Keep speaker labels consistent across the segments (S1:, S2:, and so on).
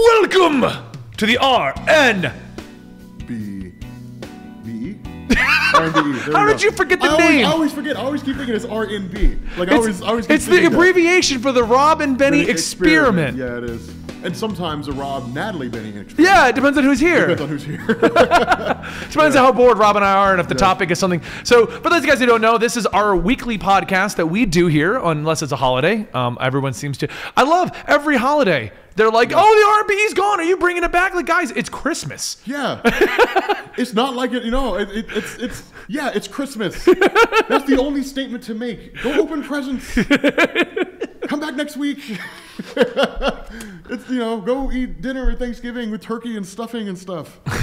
S1: Welcome to the RN.
S2: B. B. R&B.
S1: How did you forget the
S2: I always,
S1: name?
S2: I always forget. I always keep thinking it's RNB. Like I always,
S1: It's,
S2: I always. keep
S1: it's the
S2: thinking that.
S1: abbreviation for the Rob and Benny
S2: Benny
S1: experiment.
S2: Yeah, it is. And sometimes a Rob Natalie Benny experiment.
S1: Yeah. it depends on who's here.
S2: Depends on who's here.
S1: Depends on how bored Rob and I are and if the topic is something. So, for those guys who don't know, this is our weekly podcast that we do here, unless it's a holiday. Um, everyone seems to. I love every holiday. They're like, oh, the RBE's gone. Are you bringing it back? Like, guys, it's Christmas.
S2: yeah. it's not like it. You know, it, it, it's it's yeah. It's Christmas. That's the only statement to make. Go open presents. Come back next week. it's you know, go eat dinner at Thanksgiving with turkey and stuffing and stuff. God,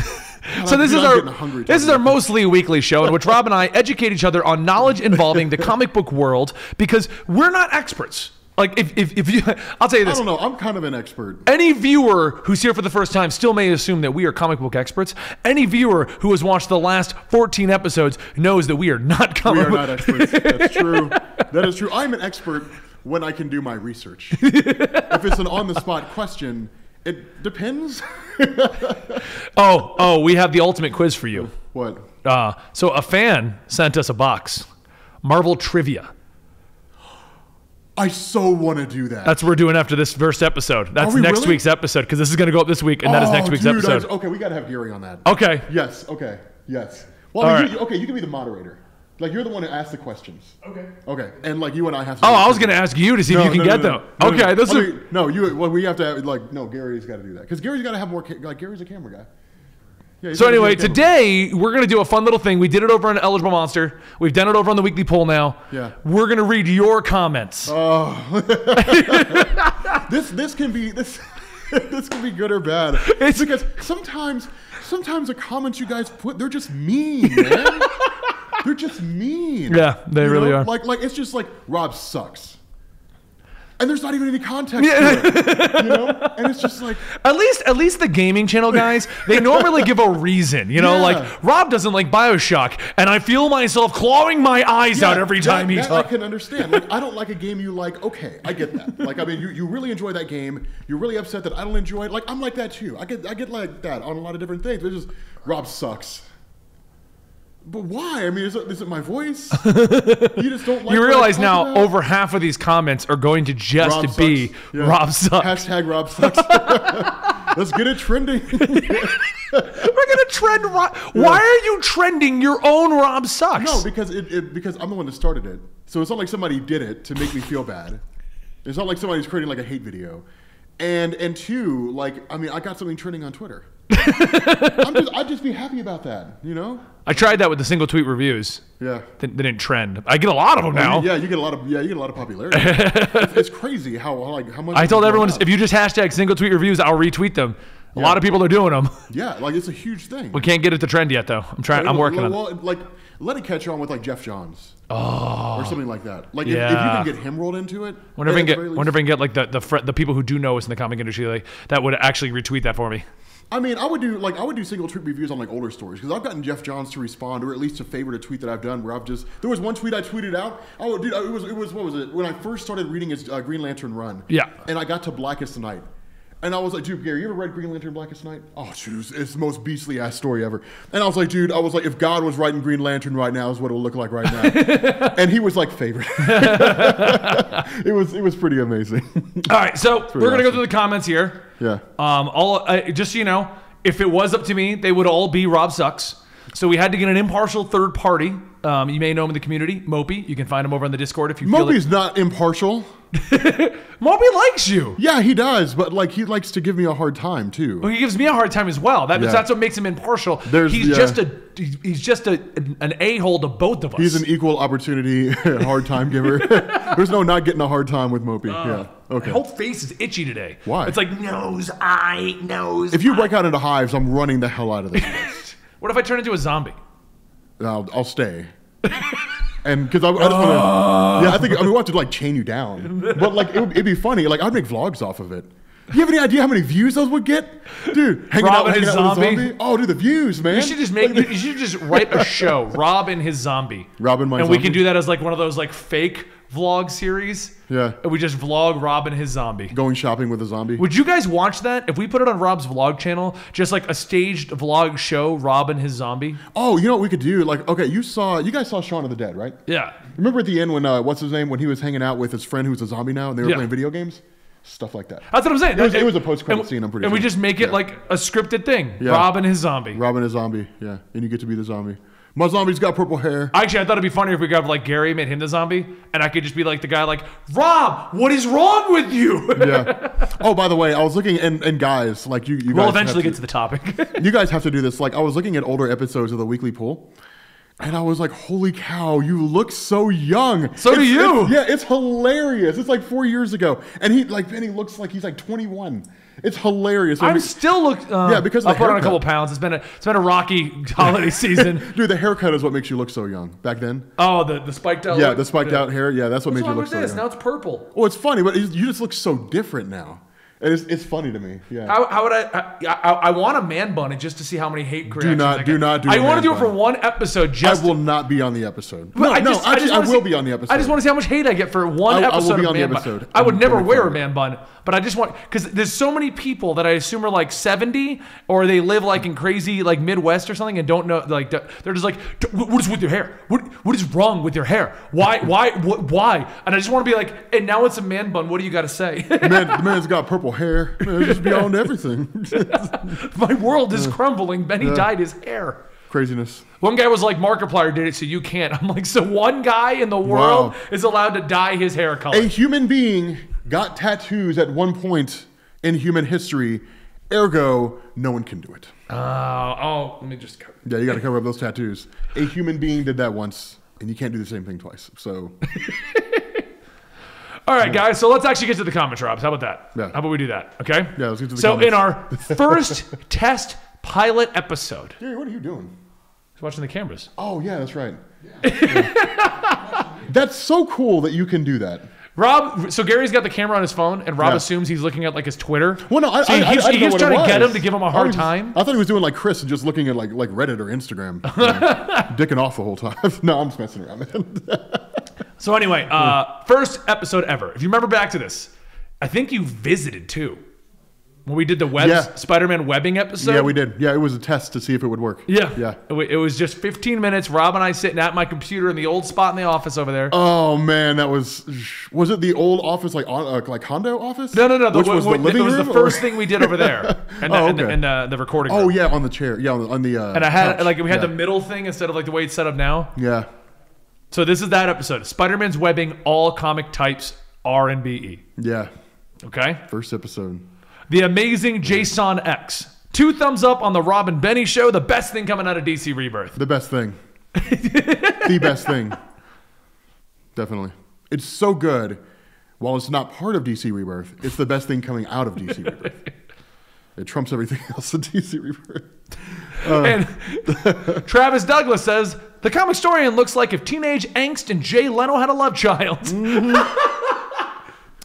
S1: So
S2: I'm-
S1: this
S2: dude,
S1: is
S2: I'm
S1: our
S2: getting hungry
S1: this is
S2: talking
S1: our mostly weekly show in which Rob and I educate each other on knowledge involving the comic book world because we're not experts. Like if if, if you, I'll tell you
S2: I
S1: this.
S2: don't know. I'm kind of an expert.
S1: Any viewer who's here for the first time still may assume that we are comic book experts. Any viewer who has watched the last 14 episodes knows that we are not
S2: We
S1: comic
S2: are
S1: book
S2: not experts. That's true. That is true. I'm an expert when I can do my research. if it's an on the spot question, it depends.
S1: Oh, oh, we have the ultimate quiz for you.
S2: what?
S1: Uh, so a fan sent us a box. Marvel trivia.
S2: I so want to do that.
S1: That's what we're doing after this first episode. That's
S2: we
S1: next
S2: really?
S1: week's episode because this is going to go up this week and that is next
S2: Oh,
S1: week's
S2: dude, I-
S1: episode.
S2: okay, we got to have Gary on that.
S1: Okay.
S2: Yes. Okay. Yes. Well, I mean,
S1: All right.
S2: you, okay, you can be the moderator. Like you're the one who asked the questions. Okay. Okay, and like you and I have. To
S1: Oh, I was going to ask you to see if you can get them.
S2: No,
S1: okay,
S2: no.
S1: this
S2: I
S1: is.
S2: mean, no. You well, we have to have, like no. Gary's got to do that because Gary's got to have more. Ca- like Gary's a camera guy. Yeah, he's
S1: So
S2: gotta be a
S1: anyway,
S2: camera
S1: today we're going to do a fun little thing. We did it over on Eligible Monster. We've done it over on the weekly poll now.
S2: Yeah. Uh,
S1: We're going to read your comments.
S2: This this can be this this can be good or bad.
S1: It's-
S2: It's because sometimes sometimes the comments you guys put they're just mean, man. they're just mean.
S1: Yeah, they really are.
S2: Like like it's just like Rob sucks. And there's not even any context to it. You know? And it's just like
S1: At least, at least the gaming channel guys, they normally give a reason. You know,
S2: Yeah.
S1: like Rob doesn't like Bioshock, and I feel myself clawing my eyes out
S2: yeah,
S1: every
S2: that-
S1: time he
S2: that I
S1: talks.
S2: can understand. Like I don't like a game you like, okay, I get that. Like I mean you, you really enjoy that game. You're really upset that I don't enjoy it. Like I'm like that too. I get I get like that on a lot of different things. It's just Rob sucks. But why? I mean, is it, is it my voice? you just don't like.
S1: You
S2: what I
S1: realize
S2: talk
S1: now,
S2: about?
S1: over half of these comments are going to just
S2: Rob
S1: be
S2: sucks. Yeah.
S1: Rob sucks.
S2: Hashtag Rob sucks. Let's get it trending.
S1: We're gonna trend. Rob. Why are you trending your own Rob sucks?
S2: no, because it, it because I'm the one that started it. So it's not like somebody did it to make me feel bad. It's not like somebody's creating like a hate video. And and two, like I mean, I got something trending on Twitter. I'm just, I'd just be happy about that, you know?
S1: I tried that with the single tweet reviews.
S2: Yeah.
S1: They, they didn't trend. I get a lot of them now.
S2: Yeah, you get a lot of yeah, you get a lot of popularity. it's, it's crazy how like how much
S1: I told
S2: people
S1: everyone
S2: have.
S1: if you just hashtag single tweet reviews, I'll retweet them. A lot of people are doing them.
S2: yeah, like it's a huge thing.
S1: We can't get it to trend yet, though. I'm trying. I'm working on it.
S2: well, Like, let it catch on with like Jeff Johns, oh, or something like that. Like, if, if you
S1: Yeah.
S2: can get him rolled into it,
S1: Wonder if we
S2: at
S1: can
S2: the
S1: get.
S2: very least-
S1: Wonder if we can get like the the, fr- the people who do know us in the comic industry like that would actually retweet that for me.
S2: I mean, I would do like I would do single tweet reviews on like older stories because I've gotten Jeff Johns to respond or at least to favorite a tweet that I've done where I've just there was one tweet I tweeted out. Oh, dude, it was it was what was it when I first started reading his uh, Green Lantern run?
S1: Yeah.
S2: and I got to Blackest Night. And I was like, dude, Gary, you ever read Green Lantern Blackest Night? Oh, dude, it's, it's the most beastly ass story ever. And I was like, dude, I was like, if God was writing Green Lantern right now, is what it would look like right now. and he was like, favorite. it was it was pretty amazing.
S1: All right, so we're gonna go through the comments here.
S2: yeah.
S1: Um, all I just so you know, if it was up to me, they would all be Rob sucks. So we had to get an impartial third party. Um, you may know him in the community, Mopey. You can find him over on the Discord if you feel it.
S2: Moby's not impartial.
S1: Mopey likes you.
S2: Yeah, he does, but like he likes to give me a hard time too.
S1: Well, he gives me a hard time as well. That,
S2: Yeah.
S1: That's what makes him impartial.
S2: There's-
S1: he's
S2: yeah.
S1: just a he's- he's just a an a hole to both of us.
S2: He's an equal opportunity hard time giver. There's no not getting a hard time with Mopey.
S1: Oh.
S2: yeah.
S1: My
S2: Okay.
S1: whole face is itchy today.
S2: Why?
S1: It's like nose, eye, nose.
S2: If you break out into hives, I'm running the hell out of this.
S1: what if I turn into a zombie?
S2: I'll, I'll stay. And because I, I just
S1: Oh.
S2: want to, yeah, I think I mean, we have to like chain you down. But like it would, it'd be funny. Like I'd make vlogs off of it. You have any idea how many views those would get, dude? Hanging
S1: Robin
S2: out, hanging
S1: and
S2: out with a
S1: Zombie?
S2: zombie. Oh, dude, the views, man.
S1: You should just make. You should just write a show. Rob and his zombie.
S2: Rob and my
S1: And we can
S2: zombie?
S1: do that as like one of those like fake vlog series.
S2: Yeah.
S1: And we just vlog Rob and his zombie.
S2: going shopping with a zombie.
S1: Would you guys watch that if we put it on Rob's vlog channel? Just like a staged vlog show, Rob and his zombie.
S2: Oh, you know what we could do? Like, okay, you saw, you guys saw Shaun of the Dead, right?
S1: Yeah.
S2: Remember at the end when uh, what's his name when he was hanging out with his friend who's a zombie now and they were
S1: Yeah.
S2: playing video games, stuff like that.
S1: That's what I'm saying.
S2: It was- it was a
S1: And-
S2: post-credit
S1: and-
S2: scene, I'm pretty
S1: And we
S2: sure.
S1: just make it
S2: Yeah.
S1: like a scripted thing.
S2: Yeah.
S1: Rob and his zombie.
S2: Robin a zombie, yeah, and you get to be the zombie. My zombie's got purple hair.
S1: Actually, I thought it'd be funnier if we could have like Gary made him the zombie, and I could just be like the guy, like Rob, what is wrong with you?
S2: yeah. Oh, by the way, I was looking and, and guys, like you, you
S1: we'll
S2: guys have
S1: eventually get to the topic.
S2: you guys have to do this. Like I was looking at older episodes of the Weekly Pool, and I was like, "Holy cow, you look so young."
S1: So do
S2: It's-
S1: you.
S2: it's- yeah, it's hilarious. It's like four years ago, and he like Benny looks like he's like 21. It's hilarious. I
S1: I'm
S2: mean,
S1: still looking. Uh,
S2: Yeah, because of
S1: I
S2: the
S1: put on a
S2: haircut.
S1: couple pounds. It's been a it's been a rocky holiday season.
S2: dude, the haircut is what makes you look so young. Back then,
S1: Oh, the the spiked out.
S2: yeah,
S1: look.
S2: the spiked out hair. Yeah, that's what
S1: What's
S2: made you
S1: wrong
S2: look
S1: with
S2: so
S1: this? Now
S2: young.
S1: it's purple.
S2: Well, it's funny, but it's, you just look so different now. And it's, it's funny to me. Yeah.
S1: How, how would I, I? I I want a man bunny just to see how many hate reactions.
S2: not-
S1: I
S2: do
S1: get.
S2: not do
S1: I
S2: a
S1: want to
S2: man
S1: do it for
S2: bun.
S1: one episode.
S2: I
S1: Just
S2: will not be on the episode.
S1: But
S2: No,
S1: I
S2: no,
S1: just-
S2: actually, I,
S1: just wanna
S2: will
S1: see-
S2: be on the episode.
S1: I just want to see how much hate I get for one
S2: I- I will
S1: episode
S2: be
S1: of
S2: on the
S1: Man Bun.
S2: episode.
S1: I would
S2: I'm
S1: never
S2: very
S1: wear a
S2: proud.
S1: man bun, but I just want because there's so many people that I assume are like 70 or they live like in crazy like Midwest or something and don't know like d- they're just like "D- what what is with your hair? What what is wrong with your hair? Why why what, why? And I just want to be like and now it's a man bun. What do you got to say?
S2: Man, the man's got purple hair. Man, it's just beyond everything.
S1: My world is crumbling. Benny dyed his hair.
S2: Craziness.
S1: One guy was like, Markiplier did it, so you can't. I'm like, so one guy in the world
S2: Wow.
S1: is allowed to dye his hair color.
S2: A human being got tattoos at one point in human history. Ergo, no one can do it.
S1: Uh, oh, let me just go.
S2: Yeah, you got to cover up those tattoos. A human being did that once, and you can't do the same thing twice. So,
S1: All right, guys. So let's actually get to the comment drops. How about that?
S2: Yeah.
S1: How about we do that? Okay.
S2: Yeah, let's get to the
S1: So in
S2: comments.
S1: our first test pilot episode,
S2: Gary, what are you doing?
S1: He's watching the cameras.
S2: Oh, yeah, that's right. Yeah. that's so cool that you can do that.
S1: Rob. So Gary's got the camera on his phone, and Rob
S2: Yeah.
S1: assumes he's looking at like his Twitter.
S2: Well, no, I,
S1: So
S2: I, I, I
S1: he's,
S2: didn't know
S1: he's
S2: what it
S1: trying to get
S2: was.
S1: him to give him a
S2: I
S1: hard
S2: was-
S1: time.
S2: I thought he was doing like Chris and just looking at like like Reddit or Instagram, you know, dicking off the whole time. no, I'm just messing around. Man.
S1: So anyway, uh, first episode ever. If you remember back to this, I think you visited too when we did the web
S2: Yeah.
S1: Spider-Man webbing episode.
S2: yeah, we did. Yeah, it was a test to see if it would work.
S1: Yeah.
S2: yeah.
S1: It wa- It was just 15 minutes. Rob and I sitting at my computer in the old spot in the office over there.
S2: Oh man, that was was it the old office like on uh, like condo office?
S1: no, no, no. The,
S2: Which was
S1: w-
S2: the
S1: w-
S2: living
S1: it was
S2: room.
S1: the
S2: or-
S1: first thing we did over there. And, the,
S2: Oh,
S1: and, the,
S2: okay.
S1: and the, the recording.
S2: Oh
S1: room.
S2: yeah, on the chair. Yeah, on the, on the uh,
S1: And I had, like, we had
S2: yeah.
S1: the middle thing instead of, like, the way it's set up now.
S2: yeah.
S1: So this is that episode. Spider-Man's webbing all comic types R and BE.
S2: Yeah.
S1: Okay?
S2: First episode.
S1: The amazing Jason X. Two thumbs up on the Robin Benny show. The best thing coming out of DC Rebirth.
S2: The best thing. the best thing. Definitely. It's so good. While it's not part of DC Rebirth, it's the best thing coming out of DC Rebirth. It trumps everything else in DC Rebirth. Uh.
S1: and Travis Douglas says the comic historian looks like if teenage angst and Jay Leno had a love child.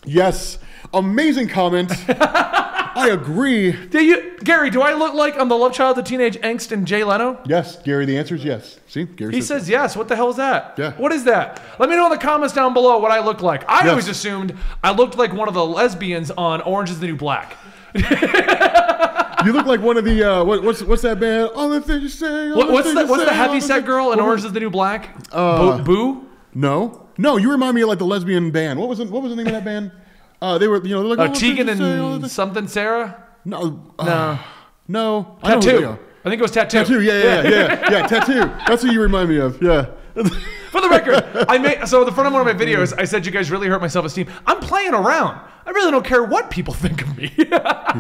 S2: Yes. Amazing comment. I agree.
S1: Do you, Gary? Do I look like I'm the love child of teenage angst and Jay Leno?
S2: Yes, Gary, the answer is yes. See, Gary
S1: He says yes. What the hell is that?
S2: Yeah.
S1: What is that? Let me know in the comments down below what I look like. I
S2: Yes.
S1: always assumed I looked like one of the lesbians on Orange is the New Black.
S2: You look like one of the uh, what, what's what's that band? All the things you say. all
S1: What, what's
S2: things
S1: the
S2: you
S1: What's
S2: say,
S1: the
S2: all
S1: heavy set
S2: things-
S1: girl in Orange is the New Black? Uh, Boo. Boo?
S2: No, no, you remind me of like the lesbian band. What was the, what was the name of that band? Uh, they were you know they're like
S1: Uh,
S2: all the things
S1: Tegan
S2: you say, all
S1: and
S2: the things-
S1: something Sarah.
S2: no uh, no I know who they
S1: Tattoo.
S2: are.
S1: I think it was tattoo.
S2: tattoo yeah yeah yeah yeah, yeah tattoo that's who you remind me of yeah
S1: For the record, I made so the front of one of my videos. I said you guys really hurt my self esteem. I'm playing around. I really don't care what people think of me.
S2: he's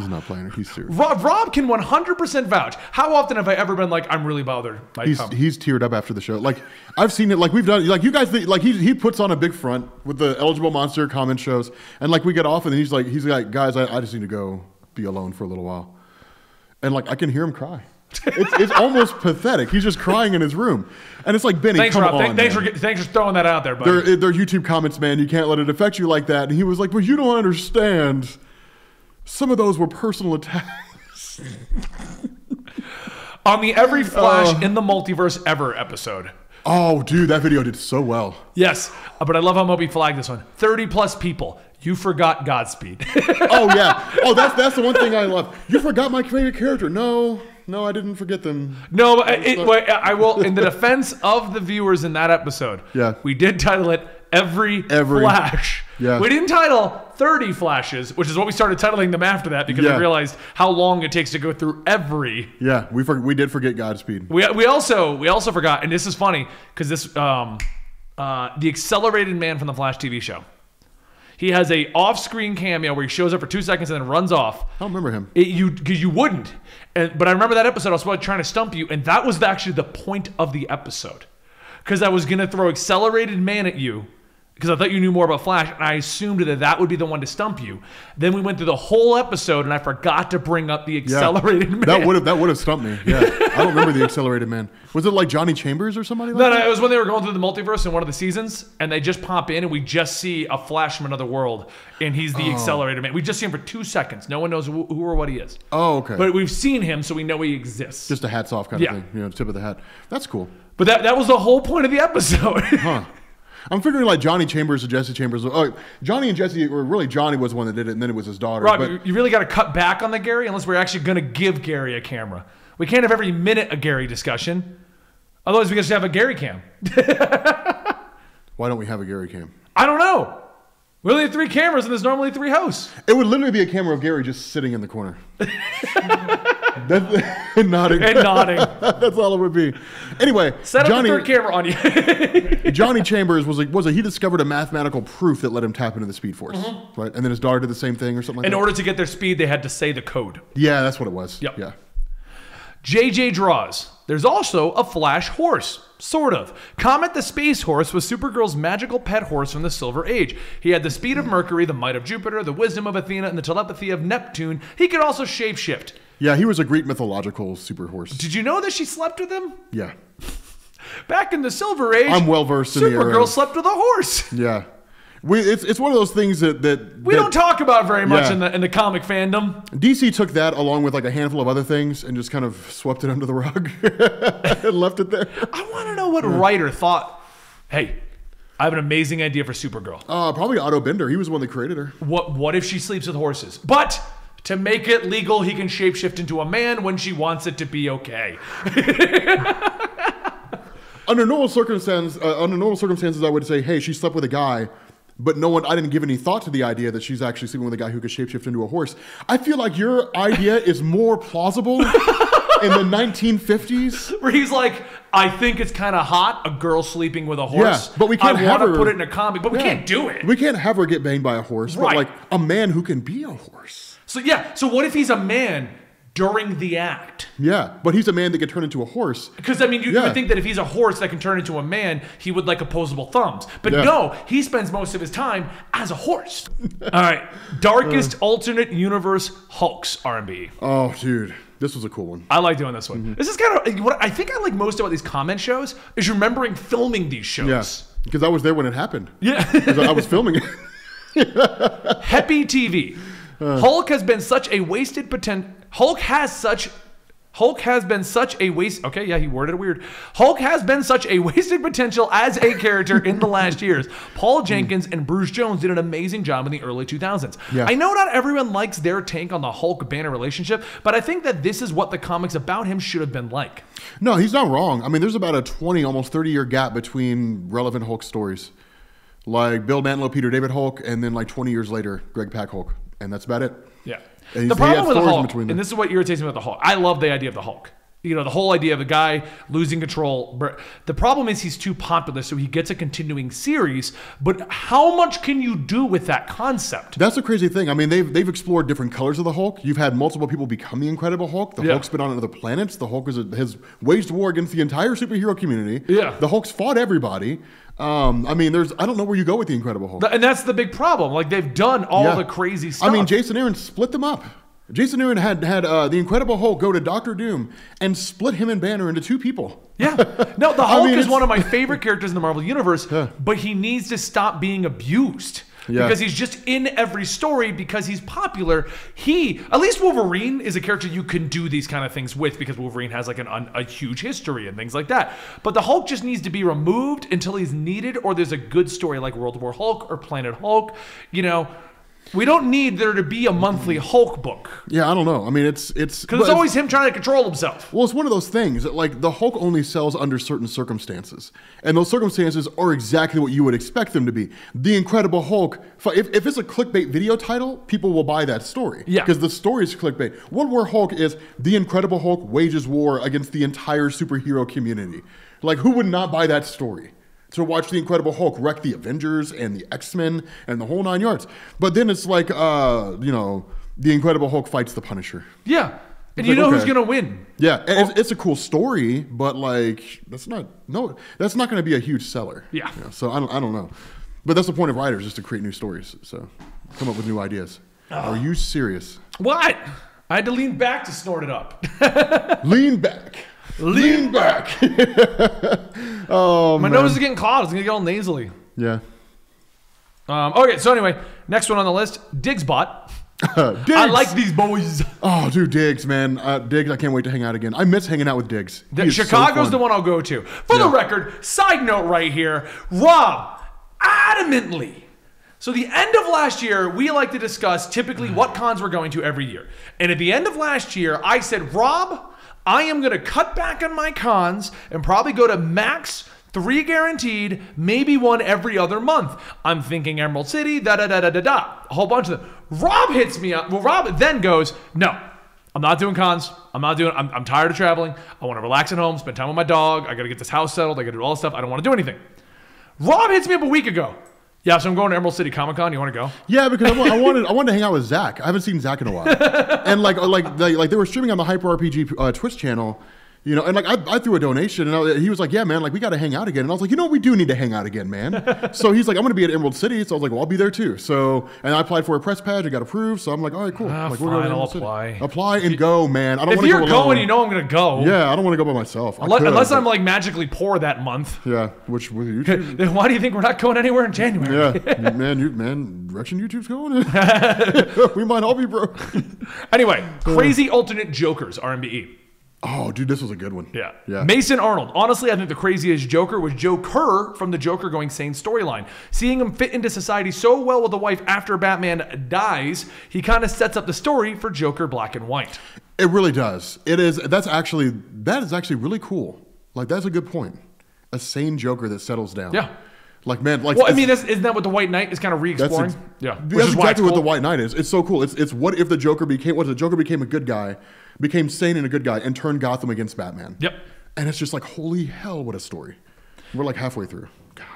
S2: not playing it he's serious
S1: Rob, Rob can 100% vouch. How often have I ever been like, I'm really bothered by
S2: he's
S1: cum?
S2: he's teared up after the show like I've seen it like we've done like you guys think, like he he puts on a big front with the eligible monster comment shows and like we get off and he's like he's like guys I, I just need to go be alone for a little while and like I can hear him cry. it's, it's almost pathetic. He's just crying in his room, and it's like Benny.
S1: Thanks,
S2: come
S1: Rob.
S2: On,
S1: Th- thanks,
S2: man.
S1: for, thanks for throwing that out there, buddy.
S2: eh, their, their YouTube comments, man, you can't let it affect you like that. And he was like, but you don't understand. Some of those were personal attacks.
S1: on the
S2: Uh.
S1: Every Flash in the Multiverse Ever episode.
S2: oh, dude, that video did so well.
S1: Yes, uh, but I love how Moby flagged this one. 30 plus people. You forgot Godspeed.
S2: Oh yeah. Oh, that's that's the one thing I love. You forgot my favorite character. No, no, I didn't forget them.
S1: no, uh, it, it- wait, I will, in the defense of the viewers in that episode,
S2: Yeah.
S1: we did title it Every,
S2: Every-
S1: Flash.
S2: Yeah.
S1: We didn't title 30 Flashes, which is what we started titling them after that because
S2: Yeah.
S1: we realized how long it takes to go through every
S2: Yeah, we for, we did forget Godspeed.
S1: We, we also we also forgot, and this is funny because this um, uh, the accelerated man from the Flash TV show. He has a off-screen cameo where he shows up for two seconds and then runs off.
S2: I don't remember him.
S1: It, you because you wouldn't, and, but I remember that episode. I was probably trying to stump you, and that was actually the point of the episode because I was gonna throw accelerated man at you because I thought you knew more about Flash, and I assumed that that would be the one to stump you. Then we went through the whole episode, and I forgot to bring up the
S2: Yeah.
S1: accelerated man.
S2: That would have that would have stumped me. Yeah, I don't remember the accelerated man. Was it like Johnny Chambers or somebody like
S1: No,
S2: that?
S1: no, it was when they were going through the multiverse in one of the seasons, and they just pop in, and we just see a flash from another world, and he's
S2: Oh.
S1: the accelerator man. We just see him for two seconds. No one knows who, who or what he is.
S2: Oh, okay.
S1: But we've seen him, so we know he exists.
S2: Just a hats off kind
S1: Yeah.
S2: of thing. You know, tip of the hat. That's cool.
S1: but that, that was the whole point of the episode.
S2: Huh. I'm figuring like Johnny Chambers and Jesse Chambers. Oh, Johnny and Jesse, or really Johnny was the one that did it, and then it was his daughter.
S1: Rob,
S2: but
S1: you- you really got to cut back on the Gary unless we're actually going to give Gary a camera. We can't have every minute a Gary discussion. Otherwise, we just have a Gary cam.
S2: why don't we have a Gary cam?
S1: I don't know. We only have three cameras, and there's normally three hosts.
S2: It would literally be a camera of Gary just sitting in the corner. That's, and nodding.
S1: And nodding.
S2: That's all it would be. Anyway,
S1: Set up
S2: Johnny,
S1: the third camera on you.
S2: Johnny Chambers was like, was it? He discovered a mathematical proof that let him tap into the Speed Force, right? And then his daughter did the same thing or something like
S1: Mm-hmm. In
S2: that.
S1: order to get their speed, they had to say the code.
S2: yeah, that's what it was.
S1: Yep.
S2: Yeah.
S1: JJ draws. There's also a Flash horse, sort of. Comet the Space Horse was Supergirl's magical pet horse from the Silver Age. He had the speed of Mercury, the might of Jupiter, the wisdom of Athena, and the telepathy of Neptune. He could also shapeshift.
S2: Yeah, he was a Greek mythological super horse.
S1: Did you know that she slept with him?
S2: Yeah.
S1: Back in the Silver Age,
S2: I'm well versed in the era.
S1: Supergirl slept with a horse.
S2: Yeah. We, it's, it's one of those things that, that,
S1: We
S2: that
S1: don't talk about very much
S2: Yeah.
S1: in the in the comic fandom.
S2: DC took that along with like a handful of other things and just kind of swept it under the rug and left it there.
S1: I want to know what writer thought. Hey, I have an amazing idea for Supergirl.
S2: Uh, probably Otto Bender. He was the one that created her.
S1: What what if she sleeps with horses? But to make it legal, he can shapeshift into a man when she wants it to be okay.
S2: Under normal circumstances, uh, under normal circumstances, I would say, hey, she slept with a guy, but no one. I didn't give any thought to the idea that she's actually sleeping with a guy who could shapeshift into a horse. I feel like your idea is more plausible in the 1950s.
S1: Where he's like, I think it's kind of hot, a girl sleeping with a horse.
S2: Yeah, but we can't
S1: I
S2: have
S1: wanna
S2: her-
S1: put it in a comic, but we
S2: Yeah.
S1: can't do it.
S2: We can't have her get banged by a horse,
S1: Right.
S2: but like a man who can be a horse.
S1: so yeah, so what if he's a man during the act?
S2: Yeah, but he's a man that could turn into a horse.
S1: Because I mean, you, you
S2: Yeah.
S1: would think that if he's a horse that can turn into a man, he would like opposable thumbs. But
S2: Yeah.
S1: no, he spends most of his time as a horse. All right,
S2: Uh.
S1: darkest alternate universe Hulk's R&B.
S2: Oh, dude, this was a cool one.
S1: I like doing this one. This is kind of what I think I like most about these comment shows is remembering filming these
S2: Yeah,
S1: shows.
S2: because I was there when it happened.
S1: Yeah.
S2: 'Cause I was filming it.
S1: Happy TV. Hulk has been such a wasted potent. Hulk has such. Hulk has been such a waste. Okay, yeah, he worded it weird. Hulk has been such a wasted potential as a character in the last years. Paul Jenkins and Bruce Jones did an amazing job in the early 2000s.
S2: Yeah.
S1: I know not everyone likes their take on the Hulk Banner relationship, but I think that this is what the comics about him should have been like.
S2: No, he's not wrong. I mean, there's about a 20, almost 30 year gap between relevant Hulk stories. Like Bill Mantlo, Peter David Hulk, and then like 20 years later, Greg Pack Hulk. And that's about it.
S1: Yeah.
S2: And he's-
S1: the
S2: he had
S1: problem with the
S2: stories in
S1: Hulk,
S2: between them.
S1: and this is what irritates me about the Hulk. I love the idea of the Hulk. You know, the whole idea of a guy losing control. But the problem is he's too popular, so he gets a continuing series. But how much can you do with that concept?
S2: That's the crazy thing. I mean, they've, they've explored different colors of the Hulk. You've had multiple people become the Incredible Hulk. The
S1: Yeah.
S2: Hulk's been on other planets. The Hulk is a, has waged war against the entire superhero community.
S1: Yeah.
S2: The Hulk's fought everybody. Um, I mean, there's I don't know where you go with the Incredible Hulk.
S1: And that's the big problem. Like they've done all
S2: Yeah.
S1: the crazy stuff.
S2: I mean, Jason Aaron split them up. Jason Aaron had had uh, the Incredible Hulk go to Doctor Doom and split him and Banner into two people.
S1: yeah. No, the
S2: I
S1: Hulk
S2: mean,
S1: is
S2: it's-
S1: one of my favorite characters in the Marvel universe, but he needs to stop being abused.
S2: Yeah.
S1: because he's just in every story because he's popular. He, at least Wolverine, is a character you can do these kind of things with because Wolverine has like an, un, a huge history and things like that. But the Hulk just needs to be removed until he's needed, or there's a good story like World War Hulk or Planet Hulk. You know, we don't need there to be a monthly Hulk book
S2: Yeah, I don't know. I mean, it's it's
S1: because it's always him trying to control himself.
S2: Well, it's one of those things that, like, the Hulk only sells under certain circumstances. And those circumstances are exactly what you would expect them to be. The Incredible Hulk, fi- if, if it's a clickbait video title, people will buy that story.
S1: Yeah.
S2: Because the story is clickbait. World War Hulk is The Incredible Hulk wages war against the entire superhero community. Like, who would not buy that story? To watch The Incredible Hulk wreck the Avengers and the X Men and the whole nine yards. But then it's like, uh, you know, The Incredible Hulk fights the Punisher.
S1: Yeah, and
S2: It's
S1: you
S2: like,
S1: know who's
S2: okay.
S1: gonna win.
S2: Yeah, and it's, it's a cool story, but like that's not no, that's not going to be a huge seller.
S1: Yeah.
S2: You know, so I don't, I don't know, but that's the point of writers is to create new stories. So come up with new ideas.
S1: Ah.
S2: Are you serious?
S1: What? I had to lean back to snort it up.
S2: Lean back. Lean back.
S1: My nose is getting clogged. It's gonna get all nasally.
S2: yeah.
S1: Um, okay, so anyway, next one on the list, Digsbot.
S2: Uh, Diggs.
S1: I like these boys.
S2: Oh, dude, Diggs, man, uh, Diggs. I can't wait to hang out again. I miss hanging out with Diggs. He is so
S1: Chicago's
S2: fun.
S1: the one I'll go to. For the
S2: Yeah.
S1: record, side note right here, Rob adamantly. So the end of last year, we like to discuss typically
S2: Mm.
S1: what cons we're going to every year. And at the end of last year, I said, Rob, I am going to cut back on my cons and probably go to max three guaranteed, maybe one every other month. I'm thinking Emerald City, da da da da da da, a whole bunch of them. Rob hits me up. Well, Rob then goes, no, I'm not doing cons. I'm not doing. I'm, I'm tired of traveling. I want to relax at home, spend time with my dog. I got to get this house settled. I got to do all this stuff. I don't want to do anything. Rob hits me up a week ago. Yeah, so I'm going to Emerald City Comic Con. You want to go?
S2: Yeah, because I, wa- I wanted I wanted to hang out with Zach. I haven't seen Zach in a while, and like uh, like they, like they were streaming on the Hyper RPG uh, Twitch channel, you know, and like I, I threw a donation, and I, he was like, "Yeah, man, like we got to hang out again," and I was like, "You know, we do need to hang out again, man." so he's like, "I'm gonna be at Emerald City," so I was like, "Well, I'll be there too." So and I applied for a press badge, I got approved, so I'm like, "All right, cool."
S1: Ah,
S2: like
S1: fine,
S2: to
S1: I'll
S2: Emerald City."
S1: apply.
S2: Apply and go, man. I don't
S1: If
S2: want to go
S1: you're
S2: alone.
S1: going, you know I'm going to go.
S2: Yeah, I don't want to go by myself. I
S1: Unle-
S2: could,
S1: unless
S2: but-
S1: I'm like magically poor that month.
S2: yeah, which with YouTube.
S1: Then why do you think we're not going anywhere in January?
S2: Yeah, man, you man, direction YouTube's going. we might all be broke.
S1: Anyway, crazy alternate jokers RMBE.
S2: Oh, dude, this was a good one.
S1: Yeah.
S2: Yeah.
S1: Mason Arnold. Honestly, I think the craziest Joker was Joe Kerr from the Joker Going Sane storyline. Seeing him fit into society so well with the wife after Batman dies, he kind of sets up the story for Joker Black and White.
S2: it really does. It is. That's actually that is actually really cool. Like that's a good point. A sane Joker that settles down.
S1: Yeah.
S2: Like man, like
S1: Well, I
S2: it's-
S1: mean, that's, isn't that what the White Knight is kind of
S2: that's
S1: re-exploring?
S2: ex-
S1: yeah,
S2: that's
S1: which is why it's
S2: exactly what the
S1: cool.
S2: White Knight is. It's so cool. It's it's what if the Joker became what if the Joker became a good guy, became sane and a good guy, and turned Gotham against Batman.
S1: Yep.
S2: And it's just like holy hell, what a story. We're like halfway through. God.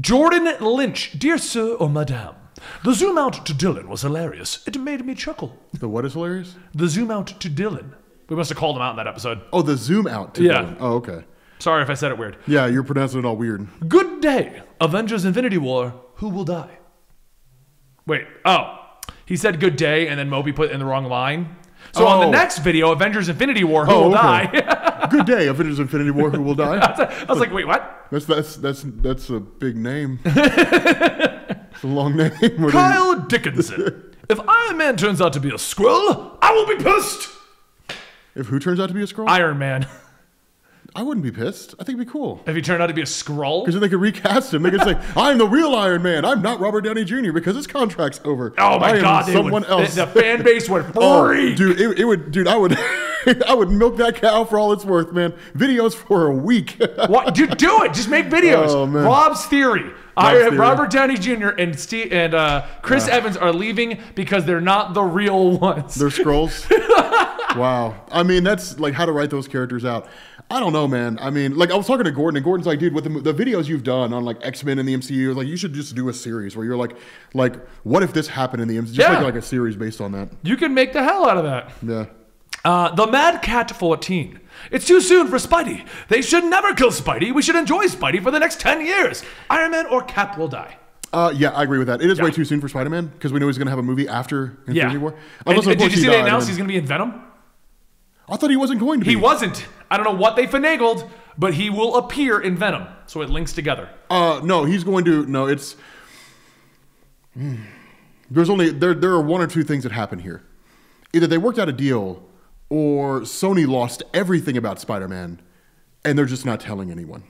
S1: Jordan Lynch, dear sir or madame, the zoom out to Dylan was hilarious. It made me chuckle.
S2: The what is hilarious?
S1: The zoom out to Dylan. We must have called him out in that episode.
S2: Oh, the zoom out. To
S1: Yeah.
S2: Dylan. Oh, okay.
S1: Sorry if I said it weird.
S2: Yeah, you're pronouncing it all weird.
S1: Good day, Avengers Infinity War. Who will die? Wait, oh. He said good day, and then Moby put in the wrong line. So on the
S2: Oh.
S1: next video, Avengers Infinity War, who
S2: Oh,
S1: will
S2: okay.
S1: die?
S2: Good day, Avengers: Infinity War. Who will die?
S1: I was like, wait, what?
S2: That's that's that's that's a big name. it's a long name. What do you-
S1: Kyle Dickinson. If Iron Man turns out to be a squirrel, I will be pissed.
S2: If who turns out to be a scroll, I,
S1: Iron Man.
S2: wouldn't be pissed. I think it'd be cool.
S1: If he turned out to be a scroll.
S2: Because then they could recast him. They could say, "I'm the real Iron Man. I'm not Robert Downey Jr. because his contract's over.
S1: Oh my
S2: I am
S1: god, they would-
S2: someone
S1: the-
S2: else."
S1: The, fan base would
S2: Oh,
S1: freak.
S2: dude, it, it would, dude, I would, I would milk that cow for all it's worth, man. Videos for a week.
S1: What? Dude, do it. Just make videos.
S2: Oh, man.
S1: Rob's theory. I,
S2: theory.
S1: Robert Downey Jr. and Steve, and uh, Chris Evans are leaving because they're not the real ones.
S2: They're scrolls. wow. I mean, that's like how to write those characters out. I don't know, man. I mean, like I was talking to Gordon, and Gordon's like, dude, with the, the videos you've done on like X Men and the MCU, like you should just do a series where you're like, like, what if this happened in the MCU? Just
S1: Yeah.
S2: make like a series based on that.
S1: You can make the hell out of that.
S2: Yeah.
S1: Uh, the Mad Cat 14. It's too soon for Spidey. They should never kill Spidey. We should enjoy Spidey for the next 10 years. Iron Man or Cap will die.
S2: Uh, yeah, I agree with that. It is
S1: Yeah.
S2: way too soon for Spider Man because we know he's going to have a movie after Infinity
S1: yeah.
S2: War.
S1: And,
S2: of
S1: and did
S2: course,
S1: you
S2: he
S1: see they
S2: died, I
S1: announced
S2: mean.
S1: he's going to be in Venom?
S2: I thought he wasn't going to be.
S1: He wasn't. I don't know what they finagled, but he will appear in Venom. So it links together.
S2: Uh, no, he's going to. No, it's. There's only there there are one or two things that happen here. Either they worked out a deal or Sony lost everything about Spider-Man and they're just not telling anyone.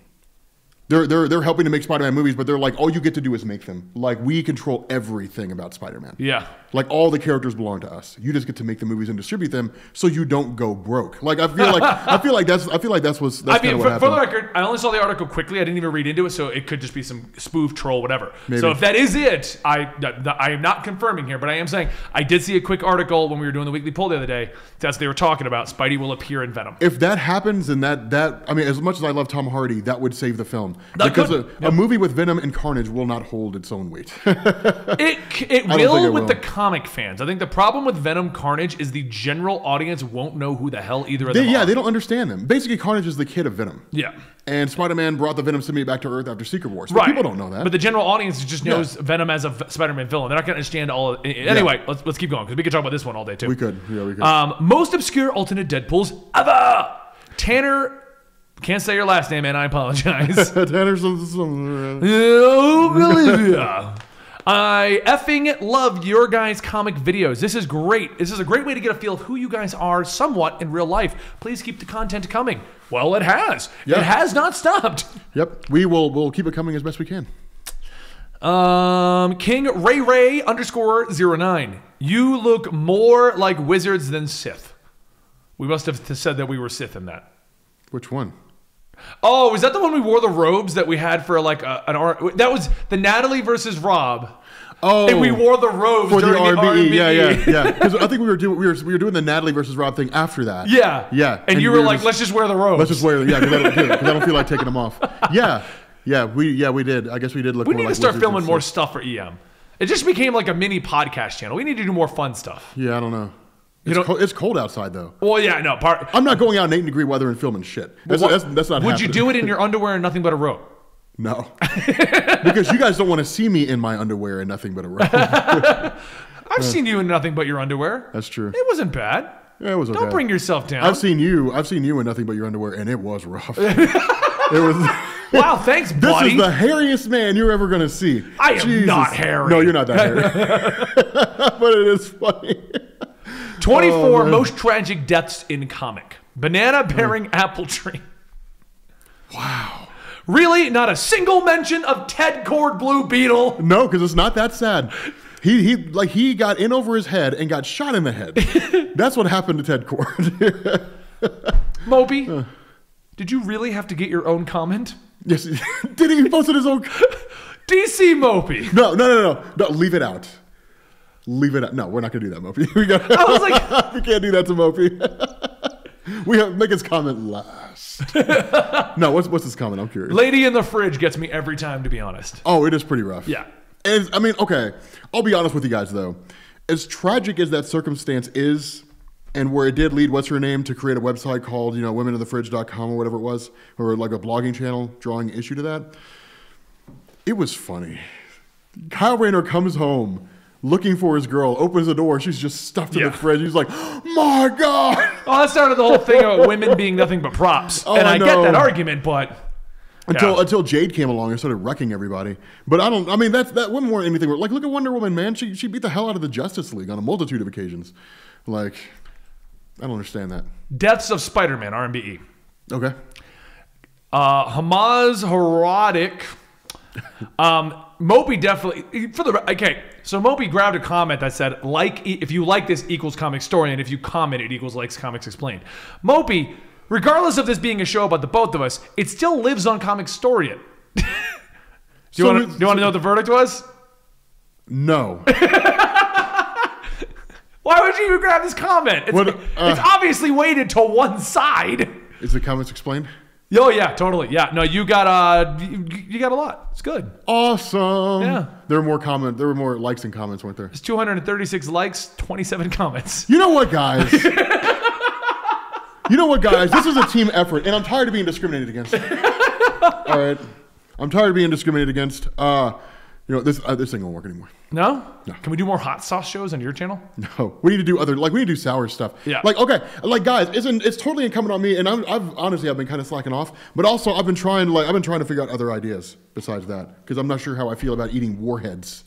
S2: They're they're they're helping to make Spider-Man movies, but they're like all you get to do is make them. Like we control everything about Spider-Man.
S1: Yeah.
S2: Like all the characters belong to us. You just get to make the movies and distribute them, so you don't go broke. Like I feel like I feel like that's I feel like that's what's that's
S1: I
S2: kinda
S1: mean,
S2: what
S1: for, for
S2: happened.
S1: the record, I only saw the article quickly. I didn't even read into it, so it could just be some spoof troll, whatever. So if that is it, I that- that- I am not confirming here, but I am saying I did see a quick article when we were doing the weekly poll the other day. That's they were talking about. Spidey will appear in Venom.
S2: if that happens, and that that I mean, as much as I love Tom Hardy, that would save the film
S1: That
S2: because
S1: could-
S2: a, a movie with Venom and Carnage will not hold its own weight.
S1: It c- it
S2: think
S1: will
S2: it
S1: with
S2: will.
S1: the comic fans. I think the problem with Venom Carnage is the general audience won't know who the hell either of
S2: They-
S1: them
S2: yeah,
S1: are.
S2: they don't understand them. Basically, Carnage is the kid of Venom.
S1: yeah.
S2: And Spider-Man brought the Venom symbiote back to Earth after Secret Wars. But
S1: Right.
S2: People don't know that.
S1: But the general audience just knows Venom as a v- Spider-Man villain. They're not going to understand all of Anyway, let's, let's keep going because we could talk about this one all day too.
S2: we could. Yeah, we could.
S1: Um, most obscure alternate Deadpools ever. Tanner, can't say your last name, and I apologize.
S2: Tanner's- I
S1: Olivia. I effing love your guys' comic videos. This is great. This is a great way to get a feel of who you guys are somewhat in real life. Please keep the content coming. Well, it has.
S2: Yeah.
S1: It has not stopped.
S2: Yep. We will. We'll keep it coming as best we can.
S1: Um, King Ray Ray underscore zero nine. You look more like wizards than Sith. We must have said that we were Sith in that.
S2: Which one?
S1: Oh, is that the one we wore the robes that we had for like a, an R? That was the Natalie versus Rob.
S2: Oh,
S1: and we wore the robes
S2: for the
S1: during
S2: RBE.
S1: the E. RBE.
S2: E. Yeah, yeah, yeah. Because I think we were doing we were, we were doing the Natalie versus Rob thing after that.
S1: Yeah.
S2: yeah.
S1: And, you
S2: we
S1: were like, let's just wear the robes.
S2: Let's just wear them. Yeah, because I don't do it, 'cause I don't feel like taking them off. Yeah, yeah, we yeah we did. I guess we did look.
S1: we
S2: more
S1: need
S2: like
S1: to start
S2: wizards and
S1: filming more
S2: stuff.
S1: stuff for EM. It just became like a mini podcast channel. We need to do more fun stuff.
S2: Yeah, I don't know.
S1: You
S2: It's,
S1: don't-
S2: co- it's cold outside though.
S1: Well, yeah, no. Part.
S2: I'm not going out in 80 degree weather and filming shit. That's,
S1: What-
S2: that's, that's not.
S1: Would
S2: happening.
S1: you do it in your underwear and nothing but a robe?
S2: No, because you guys don't want to see me in my underwear and nothing but a robe.
S1: I've seen you in nothing but your underwear.
S2: That's true.
S1: It wasn't bad.
S2: Yeah, it was okay.
S1: Don't bring yourself down.
S2: I've seen you. I've seen you in nothing but your underwear, and it was rough. it was.
S1: wow, thanks,
S2: This
S1: buddy.
S2: is the hairiest man you're ever going to see.
S1: I am not hairy.
S2: No, you're not that hairy. but it is funny.
S1: 24
S2: Oh, man. Mm.
S1: most tragic deaths in comic. Banana bearing apple tree. Wow. Really, not a single mention of Ted Cord Blue Beetle.
S2: No, because it's not that sad. He, he like he got in over his head and got shot in the head. That's what happened to Ted Cord.
S1: Moby, did you really have to get your own comment?
S2: yes, he- did he posted his own?
S1: DC Moby.
S2: No, no, no, no, no. Leave it out. Leave it out. No, we're not gonna do that, Mopi. We got.
S1: I was like,
S2: we can't do that to Mopi. we have make his comment last. no, what's what's his comment? I'm curious.
S1: Lady in the Fridge gets me every time, to be honest.
S2: Oh, it is pretty rough.
S1: Yeah.
S2: And I mean, okay, I'll be honest with you guys though. As tragic as that circumstance is, and where it did lead what's her name to create a website called, you know, womeninthefridge.com or whatever it was, or like a blogging channel drawing issue to that. It was funny. Kyle Rayner comes home looking for his girl, opens the door, she's just stuffed in
S1: Yeah.
S2: the fridge. He's like, my God.
S1: Oh, that started the whole thing about women being nothing but props.
S2: Oh,
S1: and
S2: I
S1: I get
S2: know.
S1: that argument, but.
S2: until
S1: Yeah.
S2: until Jade came along and started wrecking everybody. But I don't. I mean, that's that women weren't anything. Like, look at Wonder Woman, man. She she beat the hell out of the Justice League on a multitude of occasions. Like, I don't understand that.
S1: Deaths of Spider Man, RMBE.
S2: Okay,
S1: Uh, Hamas Heroic. Um, Moby definitely for the okay. So Moby grabbed a comment that said like e- if you like this equals comic story and if you comment it equals likes comics explained. Moby, regardless of this being a show about the both of us, it still lives on comic story. It. do you
S2: So
S1: want
S2: it's-
S1: to do you want to know what the verdict was?
S2: no.
S1: Why would you even grab this comment? It's,
S2: What, uh,
S1: it's obviously weighted to one side.
S2: Is the comments explained?
S1: Oh yeah, totally. Yeah, no, you got uh, you, you got a lot. It's good.
S2: Awesome.
S1: Yeah.
S2: There were more comment. There were more likes and comments, weren't there?
S1: It's 236 likes, 27 comments.
S2: You know what, guys? you know what, guys? This is a team effort, and I'm tired of being discriminated against. All right, I'm tired of being discriminated against. Uh, you know this. Uh, this thing won't work anymore.
S1: No? Can we do more hot sauce shows on your channel?
S2: No, we need to do other like we need to do sour stuff.
S1: Yeah.
S2: Like okay, like guys, isn't it's totally incumbent on me, and I'm, I've honestly I've been kind of slacking off, but also I've been trying like I've been trying to figure out other ideas besides that because I'm not sure how I feel about eating warheads.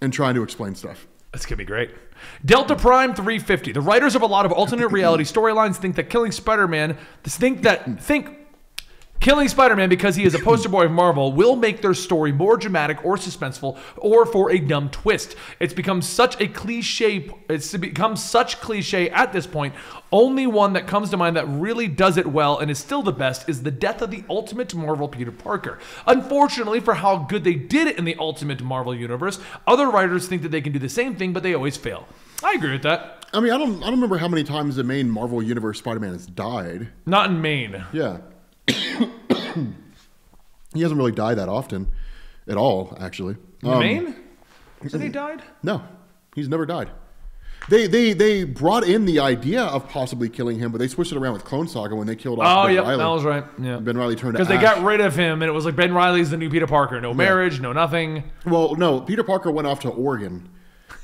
S2: and trying to explain stuff.
S1: That's gonna be great. Delta Prime 350. The writers of a lot of alternate reality storylines think that killing Spider-Man think that think killing Spider-Man because he is a poster boy of Marvel will make their story more dramatic or suspenseful or for a dumb twist. It's become such a cliche it's become such cliche at this point. Only one that comes to mind that really does it well and is still the best is the death of the ultimate Marvel Peter Parker. Unfortunately for how good they did it in the ultimate Marvel universe, other writers think that they can do the same thing but they always fail. I agree with that.
S2: I mean, I don't, I don't remember how many times the main Marvel Universe Spider-Man has died.
S1: Not in Maine.
S2: Yeah. he doesn't really die that often at all, actually. Um,
S1: Maine? So they died?
S2: No, he's never died. They, they they brought in the idea of possibly killing him, but they switched it around with Clone Saga when they killed off
S1: Oh,
S2: Ben
S1: yep,
S2: Reilly.
S1: that was right. Yeah.
S2: Ben Riley turned
S1: Because they
S2: ash.
S1: got rid of him, and it was like Ben Riley's the new Peter Parker. No marriage, no nothing.
S2: Well, no, Peter Parker went off to Oregon.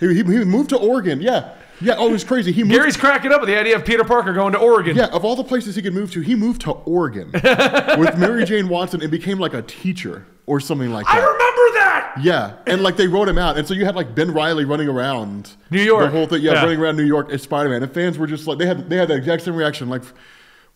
S2: He, he, he moved to Oregon. Yeah, yeah. Oh, it was crazy. He moved.
S1: Gary's cracking up at the idea of Peter Parker going to Oregon.
S2: yeah, of all the places he could move to, he moved to Oregon with Mary Jane Watson and became like a teacher or something like
S1: I
S2: that.
S1: remember that.
S2: Yeah, and like they wrote him out, and so you had like Ben Riley running around
S1: New York.
S2: the whole thing. Yeah,
S1: Yeah.
S2: running around New York as Spider Man, and fans were just like they had they had that exact same reaction, like.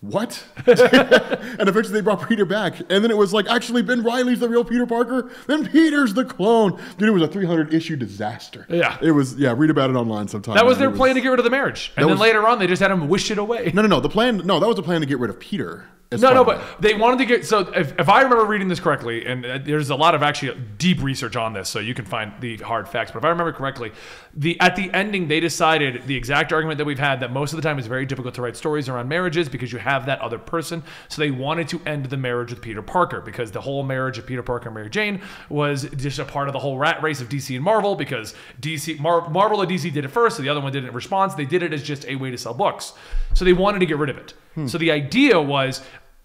S2: What? and eventually they brought Peter back, and then it was like actually Ben Riley's the real Peter Parker, then Peter's the clone. Dude, it was a 300 issue disaster.
S1: Yeah.
S2: it was. Yeah, read about it online sometime.
S1: That was
S2: It
S1: their plan to get rid of the marriage, and then
S2: was-
S1: later on they just had him wish it away.
S2: No, no, no. The plan. No, that was a plan to get rid of Peter. as
S1: No, no, but
S2: Spider-Man.
S1: they wanted to get. So, if, if I remember reading this correctly, and uh, there's a lot of actually deep research on this, so you can find the hard facts. But if I remember correctly, the at the ending they decided the exact argument that we've had that most of the time it's very difficult to write stories around marriages because you have that other person. So they wanted to end the marriage with Peter Parker because the whole marriage of Peter Parker and Mary Jane was just a part of the whole rat race of DC and Marvel because DC Mar- Marvel and DC did it first, so the other one did it in response. They did it as just a way to sell books. So they wanted to get rid of it. So the idea was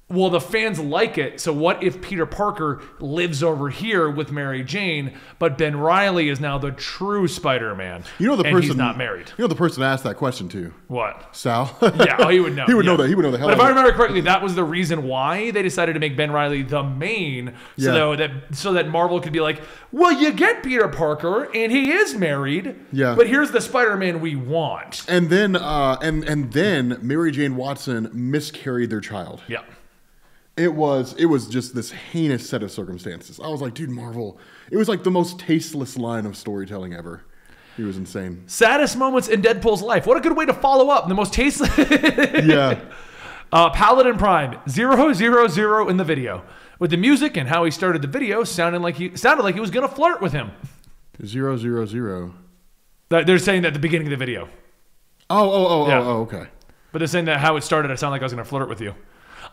S1: well, the fans like it. So what if Peter Parker lives over here with Mary Jane, but Ben Riley is now the true Spider-Man?
S2: you know the
S1: and
S2: person
S1: he's not married.
S2: You know the person asked that question to
S1: What?
S2: Sal.
S1: Yeah, oh, he would know.
S2: he would
S1: yeah.
S2: know that. He would know the hell.
S1: But if
S2: out
S1: I
S2: of it.
S1: remember correctly, that was the reason why they decided to make Ben Riley the main,
S2: Yeah.
S1: so that so that Marvel could be like, well, you get Peter Parker, and he is married.
S2: Yeah.
S1: But here's the Spider-Man we want.
S2: And then, uh, and and then Mary Jane Watson miscarried their child.
S1: Yeah.
S2: It was it was just this heinous set of circumstances. I was like, dude, Marvel. It was like the most tasteless line of storytelling ever. It was insane.
S1: Saddest moments in Deadpool's life. What a good way to follow up. The most tasteless.
S2: Yeah,
S1: Uh, Paladin Prime zero zero zero in the video with the music and how he started the video sounding like he sounded like he was gonna flirt with him.
S2: zero zero zero.
S1: That- They're saying that at the beginning of the video,
S2: Oh oh oh
S1: Yeah.
S2: oh oh. Okay.
S1: but they're saying that how it started. I sound like I was gonna flirt with you.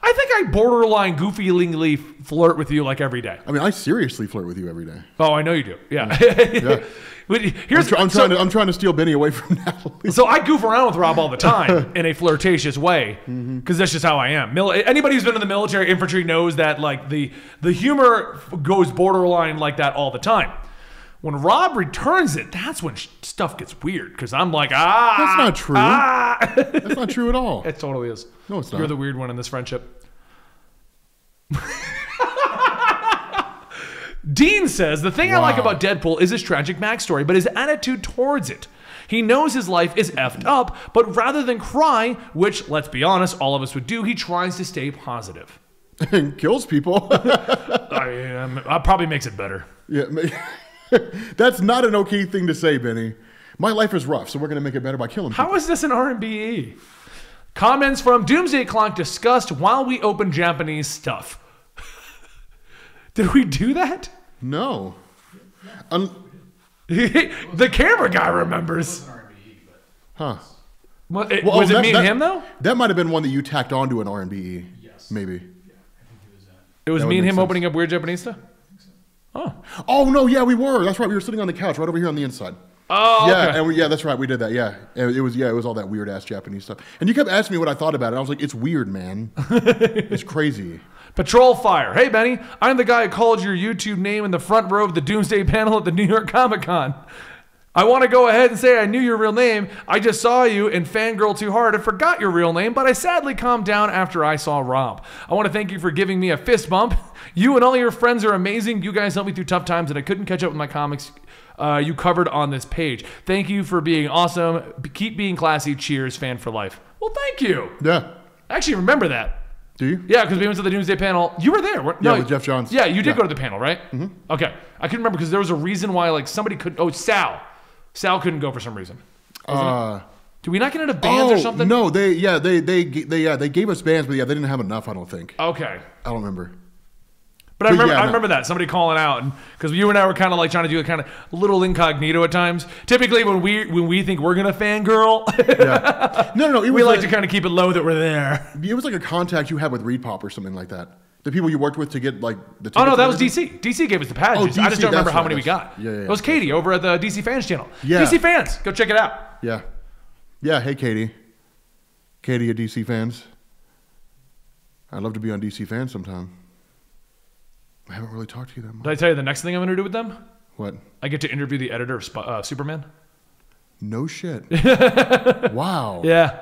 S1: I think I borderline goofy flirt with you like every day.
S2: I mean, I seriously flirt with you every day.
S1: Oh, I know you do. Yeah. But
S2: I'm,
S1: here's
S2: try- Mm. I'm
S1: so-
S2: trying to I'm trying to steal Benny away from Natalie.
S1: So I goof around with Rob all the time in a flirtatious way because
S2: Mm-hmm.
S1: that's just how I am. Mil- anybody who's been in the military infantry knows that like the the humor f- goes borderline like that all the time. When Rob returns it, that's when sh- stuff gets weird because I'm like, ah,
S2: That's not true.
S1: Ah.
S2: That's not true at all.
S1: it totally is.
S2: No, it's
S1: You're
S2: not.
S1: the weird one in this friendship. Dean says the thing I like
S2: Wow.
S1: about Deadpool is his tragic backstory, but his attitude towards it. He knows his life is effed up, but rather than cry, which, let's be honest, all of us would do, he tries to stay positive.
S2: and kills people.
S1: I mean, um, that probably makes it better.
S2: Yeah, ma- that's not an okay thing to say, Benny. My life is rough, so we're gonna make it better by killing. people.
S1: How is this an R&B? Comments from Doomsday Clock discussed while we open Japanese stuff. Did we do that?
S2: No. Un-
S1: the camera guy remembers.
S2: huh.
S1: Well, it-
S2: Well,
S1: was
S2: oh,
S1: it
S2: that-
S1: me and
S2: that-
S1: him though?
S2: That might have been one that you tacked onto an R&B. Yes. Maybe.
S1: It was
S2: that
S1: me
S2: would
S1: and
S2: make
S1: him
S2: sense.
S1: opening up Weird Japanista. Oh,
S2: Oh no, yeah, we were. That's right. We were sitting on the couch right over here on the inside.
S1: oh,
S2: yeah,
S1: okay.
S2: and we, yeah, that's right. We did that. Yeah, it, it was yeah, it was all that weird ass Japanese stuff. And you kept asking me what I thought about it. I was like, it's weird, man. it's crazy.
S1: Patrol Fire. Hey Benny, I'm the guy who called your YouTube name in the front row of the Doomsday panel at the New York Comic Con. I want to go ahead and say I knew your real name. I just saw you in Fangirl Too Hard and forgot your real name, but I sadly calmed down after I saw Rob. I want to thank you for giving me a fist bump. You and all your friends are amazing. You guys helped me through tough times, and I couldn't catch up with my comics. uh, you covered on this page. Thank you for being awesome. B- Keep being classy. Cheers, fan for life. Well, thank you.
S2: Yeah.
S1: I actually remember that.
S2: Do you?
S1: Yeah, because we went to the Doomsday panel. You were there. weren't-
S2: with Jeff Johns.
S1: Yeah, you did
S2: Yeah.
S1: go to the panel, right? Mm-hmm. Okay, I couldn't remember because there was a reason why like somebody couldn't. Oh, Sal, Sal couldn't go for some reason.
S2: Uh,
S1: Did we not get into bands
S2: oh,
S1: or something?
S2: No, they yeah they they g- they yeah they gave us bands, but yeah they didn't have enough. I don't think.
S1: Okay.
S2: I don't remember.
S1: But I remember,
S2: yeah,
S1: I
S2: no.
S1: remember that somebody calling out, and because you and I were kind of like trying to do a kind of little incognito at times. Typically, when we when we think we're gonna fangirl,
S2: Yeah. no, no, no. It was
S1: we like
S2: a-
S1: to kind of keep it low that we're there.
S2: It was like a contact you had with Reed Pop or something like that. The people you worked with to get like the.
S1: Oh no,
S2: tickets
S1: that
S2: and
S1: was
S2: everything?
S1: DC. DC gave us the packages. I
S2: DC,
S1: just don't remember
S2: Oh, that's
S1: how
S2: right,
S1: many we
S2: that's-
S1: got.
S2: yeah, yeah,
S1: It was
S2: yeah.
S1: Katie over at the DC fans channel.
S2: Yeah.
S1: DC fans, go check it out.
S2: Yeah, yeah. Hey, Katie. Katie, you DC fans. I'd love to be on DC fans sometime. I haven't really talked to you that much.
S1: Did I tell you the next thing I'm gonna do with them?
S2: What?
S1: I get to interview the editor of Sp- uh, Superman.
S2: No shit. wow.
S1: Yeah.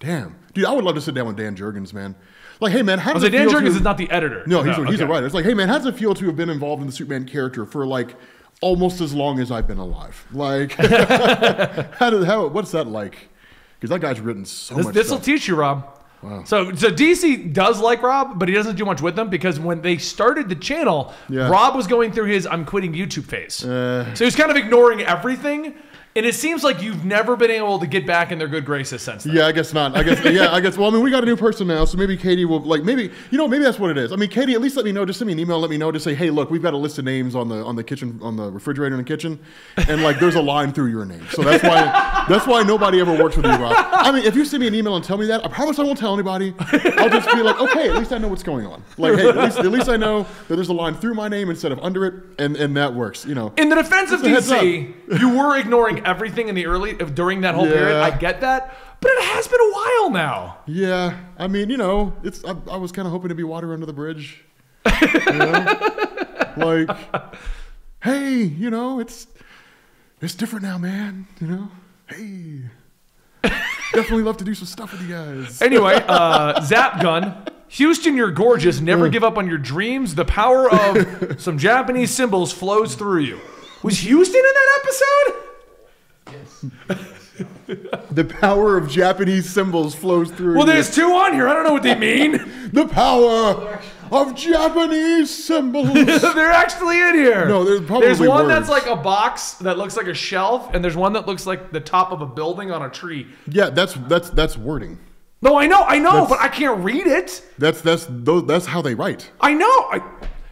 S2: Damn, dude, I would love to sit down with Dan Jurgens, man. Like, hey, man, how
S1: I
S2: does
S1: was like,
S2: it
S1: Dan
S2: feel
S1: Jurgens
S2: to-
S1: is not the editor.
S2: No, he's, a, he's a
S1: okay.
S2: writer. It's like, hey man, how does it feel to have been involved in the Superman character for like almost as long as I've been alive? Like, how did how what's that like? Because that guy's written so much.
S1: This will
S2: stuff.
S1: teach you, Rob. So, so DC does like Rob, but he doesn't do much with them because when they started the channel,
S2: Yeah. Uh.
S1: Rob was going through his "I'm quitting YouTube" phase. so he was kind of ignoring everything, and it seems like you've never been able to get back in their good graces since. Then.
S2: yeah, I guess not. I guess yeah, I guess. Well, I mean, we got a new person now, so maybe Katie will like maybe you know maybe that's what it is. I mean, Katie, at least let me know. Just send me an email. Let me know. Just say, hey, look, we've got a list of names on the on the kitchen on the refrigerator in the kitchen, and like there's a line through your name. So that's why that's why nobody ever works with you, Rob. I mean, if you send me an email and tell me that, I promise I won't tell anybody. I'll just be like, okay, at least I know what's going on. Like, hey, at least, at least I know that there's a line through my name instead of under it, and and that works. You know.
S1: In the defense of
S2: a heads
S1: DC, you were ignoring everything in the early during that whole period.
S2: Yeah.
S1: I get that, but it has been a while now.
S2: Yeah, I mean, you know, it's I, I was kind of hoping to be water under the bridge. You know? like, hey, you know, it's it's different now, man. You know, hey, definitely love to do some stuff with you guys.
S1: Anyway, uh, Zap Gun. Houston, you're gorgeous. Never give up on your dreams. The power of some Japanese symbols flows through you. Was Houston in that episode?
S2: The power of Japanese symbols flows through.
S1: Well,
S2: you.
S1: there's two on here. I don't know what they mean.
S2: the power of Japanese symbols.
S1: They're actually in here.
S2: No, there's probably
S1: there's one that's like
S2: words.
S1: a box that looks like a shelf, and there's one that looks like the top of a building on a tree.
S2: yeah, that's that's that's wording.
S1: No, I know, I know,
S2: That's-
S1: but I can't read it.
S2: That's that's tho- that's how they write.
S1: I know. I,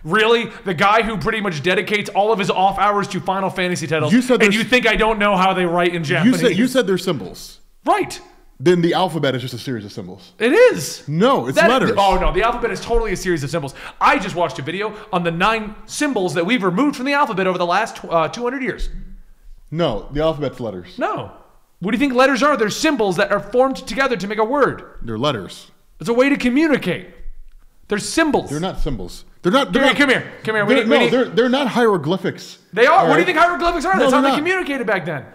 S1: really, the guy who pretty much dedicates all of his off hours to Final Fantasy titles,
S2: You said
S1: and
S2: there's-
S1: you think I don't know how they write in
S2: You
S1: Japanese?
S2: said you said they're symbols.
S1: right.
S2: Then the alphabet is just a series of symbols.
S1: It is.
S2: No, it's
S1: That-
S2: letters.
S1: Oh no, the alphabet is totally a series of symbols. I just watched a video on the nine symbols that we've removed from the alphabet over the last uh, 200 years.
S2: No, the alphabet's letters.
S1: No. What do you think letters are? They're symbols that are formed together to make a word.
S2: They're letters.
S1: It's a way to communicate. They're symbols.
S2: They're not symbols. They're not. They're
S1: Come here, come
S2: not-
S1: here, come here. We
S2: They're,
S1: need- we
S2: no,
S1: need-
S2: they're, they're not hieroglyphics.
S1: They are. What
S2: All
S1: do you
S2: right?
S1: think hieroglyphics are?
S2: No,
S1: That's how
S2: they're
S1: they
S2: not.
S1: communicated back then.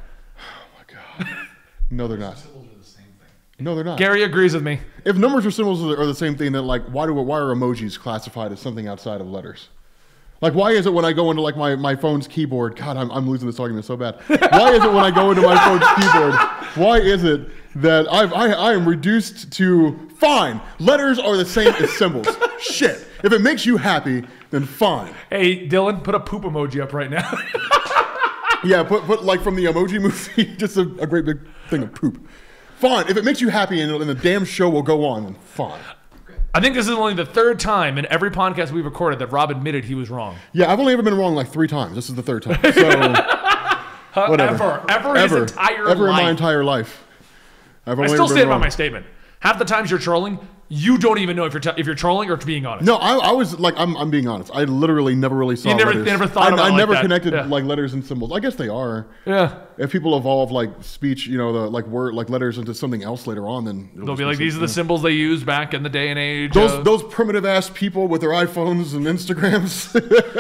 S2: No, they're not.
S3: Those are the same thing.
S2: No, they're not.
S1: Gary agrees with me.
S2: if numbers or symbols are are the same thing, then like, why do why are emojis classified as something outside of letters? Like, why is it when I go into like my, my phone's keyboard? God, I'm, I'm losing this argument so bad. Why is it when I go into my phone's keyboard? Why is it that I've, I I am reduced to fine? Letters are the same as symbols. Shit. If it makes you happy, then fine.
S1: Hey, Dylan, put a poop emoji up right now.
S2: Yeah, put, put like from the emoji movie, just a, a great big thing of poop. Fine. If it makes you happy and, and the damn show will go on, then fine.
S1: I think this is only the third time in every podcast we've recorded that Rob admitted he was wrong.
S2: Yeah, I've only ever been wrong like three times. This is the third time. So whatever.
S1: Uh, Ever, ever,
S2: ever,
S1: his entire
S2: ever
S1: life.
S2: in my entire life. I've
S1: I
S2: only
S1: still
S2: ever been
S1: stand by
S2: wrong.
S1: my statement. Half the times you're trolling, you don't even know if you're t- if you're trolling or being honest.
S2: No, I, I was like, I'm, I'm being honest. I literally never really saw.
S1: You never-
S2: letters.
S1: never thought
S2: I,
S1: about it
S2: I
S1: like
S2: never
S1: that.
S2: connected
S1: Yeah.
S2: like letters and symbols. I guess they are.
S1: Yeah.
S2: if people evolve like speech, you know, the like word, like letters into something else later on, then it'll
S1: They'll
S2: just
S1: be like,
S2: some-
S1: these are the symbols they used back in the day and age.
S2: Those,
S1: of-
S2: those primitive ass people with their iPhones and Instagrams.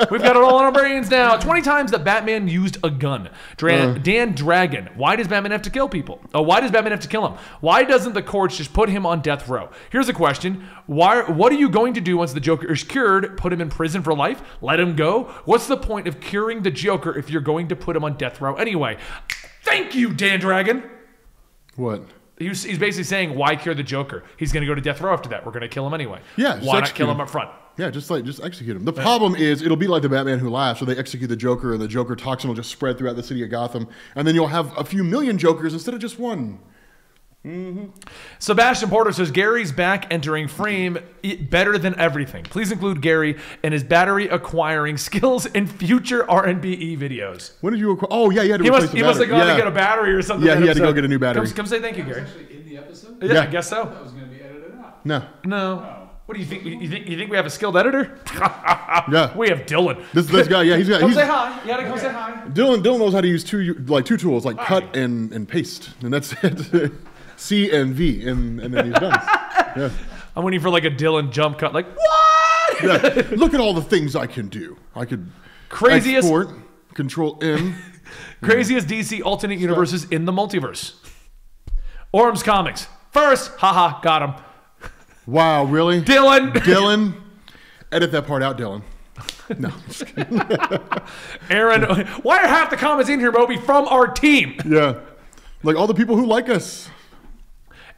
S1: We've got it all in our brains now. 20 times that Batman used a gun. Dra-
S2: Uh.
S1: Dan Dragon. Why does Batman have to kill people? Oh, why does Batman have to kill him? Why doesn't the courts just put him on death row? Here's a question. Why? What are you going to do once the Joker is cured? Put him in prison for life? Let him go? What's the point of curing the Joker if you're going to put him on death row anyway? Thank you, Dan Dragon.
S2: what?
S1: He's he's basically saying, why cure the Joker? He's going to go to death row after that. We're going to kill him anyway.
S2: Yeah, just
S1: Why not
S2: execute
S1: kill
S2: him.
S1: him up front?
S2: Yeah, just like just execute him. The problem is it'll be like the Batman Who Laughs, where they execute the Joker, and the Joker toxin will just spread throughout the city of Gotham, and then you'll have a few million Jokers instead of just one.
S1: Sebastian Porter says Gary's back entering frame i- better than everything. Please include Gary and his battery acquiring skills in future R&B E videos.
S2: When did you? Acqu- oh yeah, you had to
S1: He
S2: replace
S1: must,
S2: the
S1: he must have
S2: battery.
S1: gone
S2: yeah.
S1: to get a battery or something.
S2: Yeah,
S1: that
S2: he had to go
S1: episode.
S2: get a new battery.
S1: Come, come say thank you, Gary.
S3: Actually, in the episode,
S1: Yeah, I
S2: Yeah.
S1: guess
S3: that
S1: so.
S3: was going to be Oh. edited out.
S2: No,
S1: No. What do you think? You think, you think we have a skilled editor?
S2: yeah.
S1: we have Dylan.
S2: This this guy, yeah, he's got.
S1: Come
S2: He's,
S1: say hi. You gotta come say hi.
S2: Dylan Dylan knows how to use two like two tools, like cut and and paste, and that's it. C and V, and and then he's done. Yeah.
S1: I'm waiting for like a Dylan jump cut. Like what?
S2: Yeah. Look at all the things I can do. I could
S1: Craziest-
S2: export, control M.
S1: Craziest DC alternate universes in the multiverse. Orms Comics. First, haha, got him.
S2: Wow, really?
S1: Dylan.
S2: Dylan, edit that part out, Dylan. No, I'm just kidding.
S1: Aaron, why are half the comments in here, Moby, from our team?
S2: yeah, like all the people who like us.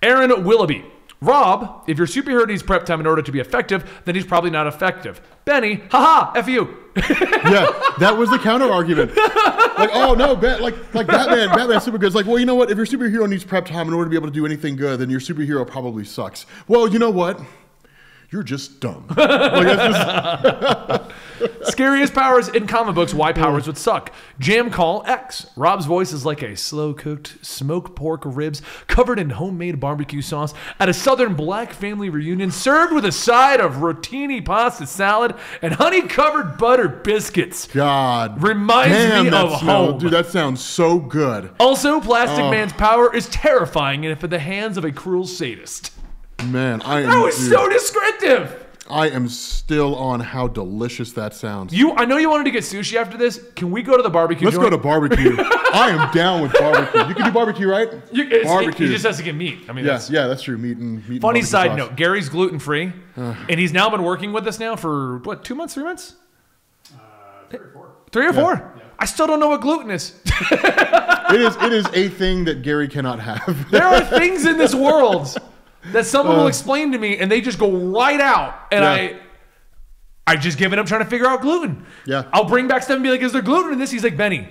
S1: Aaron Willoughby. Rob, if your superhero needs prep time in order to be effective, then he's probably not effective. Benny, haha, F you.
S2: Yeah, that was the counter argument. Like, oh no, Bat, like like Batman, Batman Supergood's like, well, you know what? If your superhero needs prep time in order to be able to do anything good, then your superhero probably sucks. Well, you know what? You're just dumb. Like, that's just-
S1: Scariest powers in comic books, why powers would suck. Jam Call X. Rob's voice is like a slow cooked smoked pork ribs covered in homemade barbecue sauce at a southern black family reunion, served with a side of rotini pasta salad and honey covered butter biscuits.
S2: God
S1: Reminds me
S2: that
S1: of
S2: smell-
S1: home.
S2: dude. That sounds so good.
S1: Also,
S2: Oh.
S1: Plastic Man's power is terrifying if in the hands of a cruel sadist.
S2: Man, I am.
S1: That was
S2: dude,
S1: so descriptive.
S2: I am still on how delicious that sounds.
S1: You, I know you wanted to get sushi after this. Can we go to the barbecue?
S2: Let's go to barbecue. I am down with barbecue. You can do barbecue, right?
S1: you, it's-
S2: barbecue.
S1: He just has to get meat. I mean,
S2: yeah,
S1: that's
S2: yeah, that's true. Meat and meat. and
S1: funny
S2: barbecue
S1: side
S2: sauce.
S1: note. Gary's gluten free, and he's now been working with us now for what two months, three months,
S3: Uh, three or four.
S1: three or four. I still don't know what gluten is.
S2: It is. It is a thing that Gary cannot have.
S1: There are things in this world that someone will explain to me, and they just go right out, and
S2: Uh. Yeah.
S1: I. I've just given up trying to figure out gluten.
S2: Yeah.
S1: I'll bring back stuff and be like, is there gluten in this? He's like, Benny,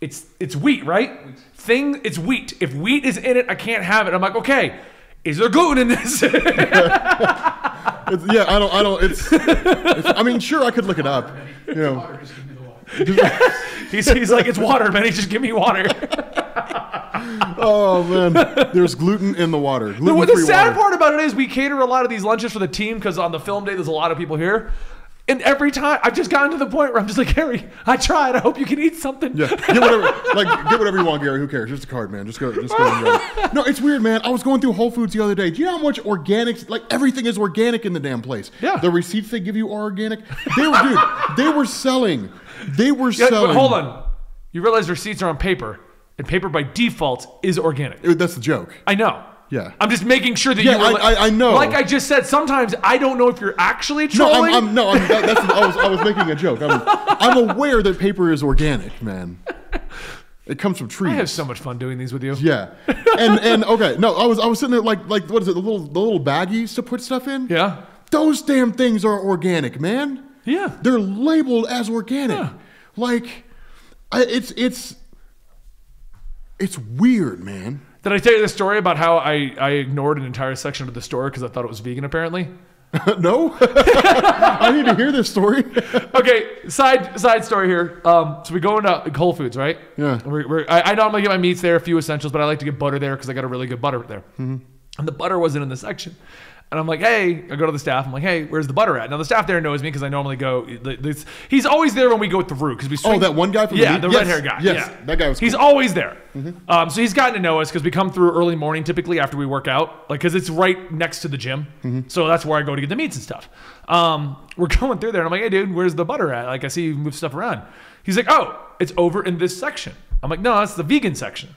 S1: it's it's wheat, right? Thing it's wheat. If wheat is in it, I can't have it. I'm like, okay, is there gluten in this?
S2: It's, yeah, I don't. I don't. It's, it's. I mean, sure, I could look it up. You know,
S3: Water, just give me the water.
S1: he's, he's like, it's water, Benny, just give me water.
S2: oh man, there's gluten in the water. Gluten
S1: Well, the
S2: free
S1: sad
S2: water.
S1: part about it is we cater a lot of these lunches for the team because on the film day there's a lot of people here. And every time I've just gotten to the point where I'm just like, Harry, I tried. I hope you can eat something.
S2: Yeah, get whatever. Like, get whatever you want, Gary. Who cares? Just a card, man. Just go. Just go. And go. No, it's weird, man. I was going through Whole Foods the other day. Do you know how much organic? Like, everything is organic in the damn place.
S1: Yeah.
S2: The receipts they give you are organic. They were, dude. They were selling. They were
S1: Yeah,
S2: selling.
S1: but hold on. You realize receipts are on paper, and paper by default is organic.
S2: It- that's the joke.
S1: I know.
S2: Yeah.
S1: I'm just making sure that
S2: Yeah,
S1: you. were-
S2: I- I- I know.
S1: Like I just said, sometimes I don't know if you're actually
S2: No,
S1: trolling.
S2: I'm, I'm no. I'm, that, that's, I was. I was making a joke. I'm, I'm aware that paper is organic, man. It comes from trees.
S1: I have so much fun doing these with you.
S2: Yeah, and and okay, no, I was I was sitting there like like what is it the little the little baggies to put stuff in?
S1: Yeah.
S2: those damn things are organic, man.
S1: Yeah.
S2: they're labeled as organic. Like, I, it's it's it's weird, man.
S1: Did I tell you the story about how I, I ignored an entire section of the store because I thought it was vegan? Apparently.
S2: no, I need to hear this story.
S1: Okay, side side story here. Um, so we go into Whole Foods, right?
S2: Yeah.
S1: We're, we're, I, I normally get my
S2: Mm-hmm.
S1: meats there, a few essentials, but I like to get butter there because I got a really good butter there. And the butter wasn't in the section. And I'm like, hey, I go to the staff. I'm like, hey, where's the butter at? Now the staff there knows me because I normally go. th- th- He's always there when we go through because we. Swing,
S2: Oh, that one guy from the
S1: yeah,
S2: league?
S1: the
S2: Yes,
S1: red hair guy.
S2: yes,
S1: yeah.
S2: that guy was
S1: He's
S2: cool.
S1: always there. Um, so he's gotten to know us because we come through early morning typically after we work out, like because it's right next to the gym. So that's where I go to get the meats and stuff. Um, we're going through there, and I'm like, "Hey, dude, where's the butter at?" Like I see you move stuff around. He's like, "Oh, it's over in this section." I'm like, "No, that's the vegan section."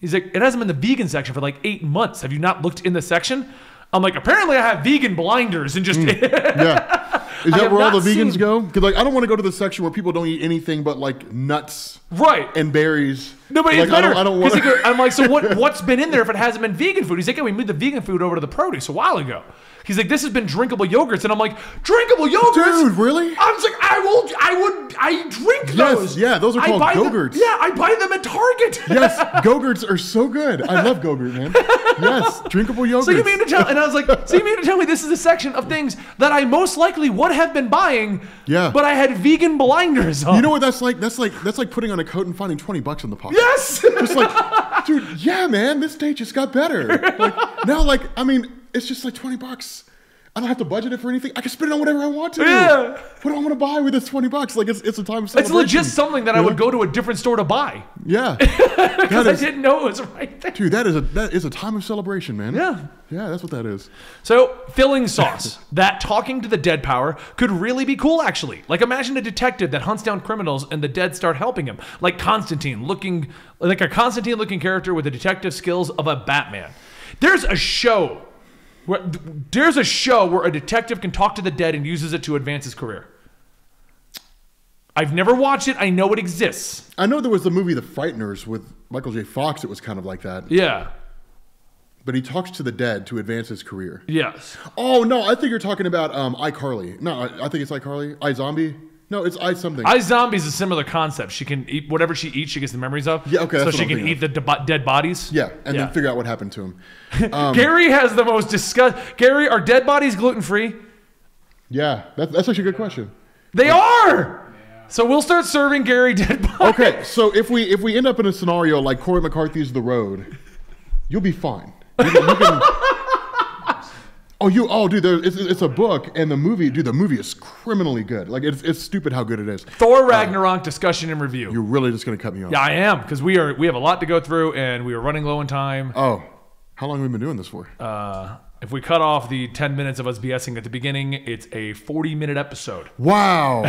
S1: He's like, "It hasn't been the vegan section for like eight months. Have you not looked in the section?" I'm like, "Apparently, I have vegan blinders and just."
S2: Yeah. Is
S1: have
S2: that where all the
S1: not
S2: vegans
S1: seen-
S2: go? Because like I don't want to go to the section where people don't eat anything but like nuts
S1: Right.
S2: and berries.
S1: No, but
S2: like,
S1: it's better.
S2: I don't, I don't
S1: 'cause
S2: want
S1: he
S2: to.
S1: go- I'm like, so what? What's been in there if it hasn't been vegan food? He's like, yeah, we moved the vegan food over to the produce a while ago. He's like, this has been drinkable yogurts, and I'm like, drinkable yogurts,
S2: Dude, really?
S1: I was like, I will, I would, I drink
S2: Yes,
S1: those.
S2: yeah, those are
S1: I
S2: called
S1: buy them-
S2: Go-Gurts.
S1: yeah, I buy them at Target.
S2: yes, Go-Gurts are so good. I love Go-Gurt, man. Yes, drinkable yogurt.
S1: So you mean to tell? And I was like, so you mean to tell me this is a section of things that I most likely would have been buying?
S2: Yeah.
S1: But I had vegan blinders on.
S2: You know what that's like? That's like that's like putting on a coat and finding twenty bucks in the pocket.
S1: Yes.
S2: Just like, dude, yeah, man, this day just got better. Like now, like I mean, it's just like twenty bucks. I don't have to budget it for anything. I can spend it on whatever I want to.
S1: Yeah.
S2: What do I want to buy with this twenty bucks? Like it's it's a time of
S1: It's
S2: celebration.
S1: legit something that I would go to a different store to buy
S2: Yeah.
S1: because
S2: That
S1: I
S2: is,
S1: didn't know it was right there.
S2: dude, that is a that is a time of celebration, man.
S1: Yeah.
S2: Yeah, that's what that is.
S1: So, filling sauce, that talking to the dead power could really be cool, actually. Like, imagine a detective that hunts down criminals and the dead start helping him. Like Constantine, looking like a Constantine looking character with the detective skills of a Batman. There's a show. Where, there's a show where a detective can talk to the dead and uses it to advance his career. I've never watched it. I know it exists.
S2: I know there was the movie The Frighteners with Michael J. Fox. It was kind of like that,
S1: Yeah.
S2: but he talks to the dead to advance his career.
S1: Yes.
S2: Oh no, I think you're talking about um, iCarly. No, I, I think it's iCarly. iZombie. No, it's i something.
S1: I Zombie's a similar concept. She can eat whatever she eats. She gets the memories of.
S2: Yeah, okay,
S1: So
S2: that's what
S1: she
S2: I'm
S1: can
S2: thinking
S1: eat the deb- dead bodies.
S2: yeah, and
S1: Yeah. Um,
S2: then figure um, out what happened to him.
S1: Gary has the most disgust. Gary, are dead bodies gluten free?
S2: Yeah, that's that's actually a good question.
S1: They
S2: Oh.
S1: are. So we'll start serving Gary dead bodies.
S2: Okay, so if we if we end up in a scenario like Corey McCarthy's The Road, you'll be fine. You can- you can- oh, you oh, dude, there, it's, it's a book and the movie. Dude, the movie is criminally good. Like it's it's stupid how good it is.
S1: Thor Ragnarok discussion and review.
S2: You're really just gonna cut me off.
S1: yeah, I am because we are we have a lot to go through and we are running low on time.
S2: Oh, how long have we been doing this for?
S1: Uh, if we cut off the ten minutes of us BSing at the beginning, it's a forty-minute episode.
S2: wow.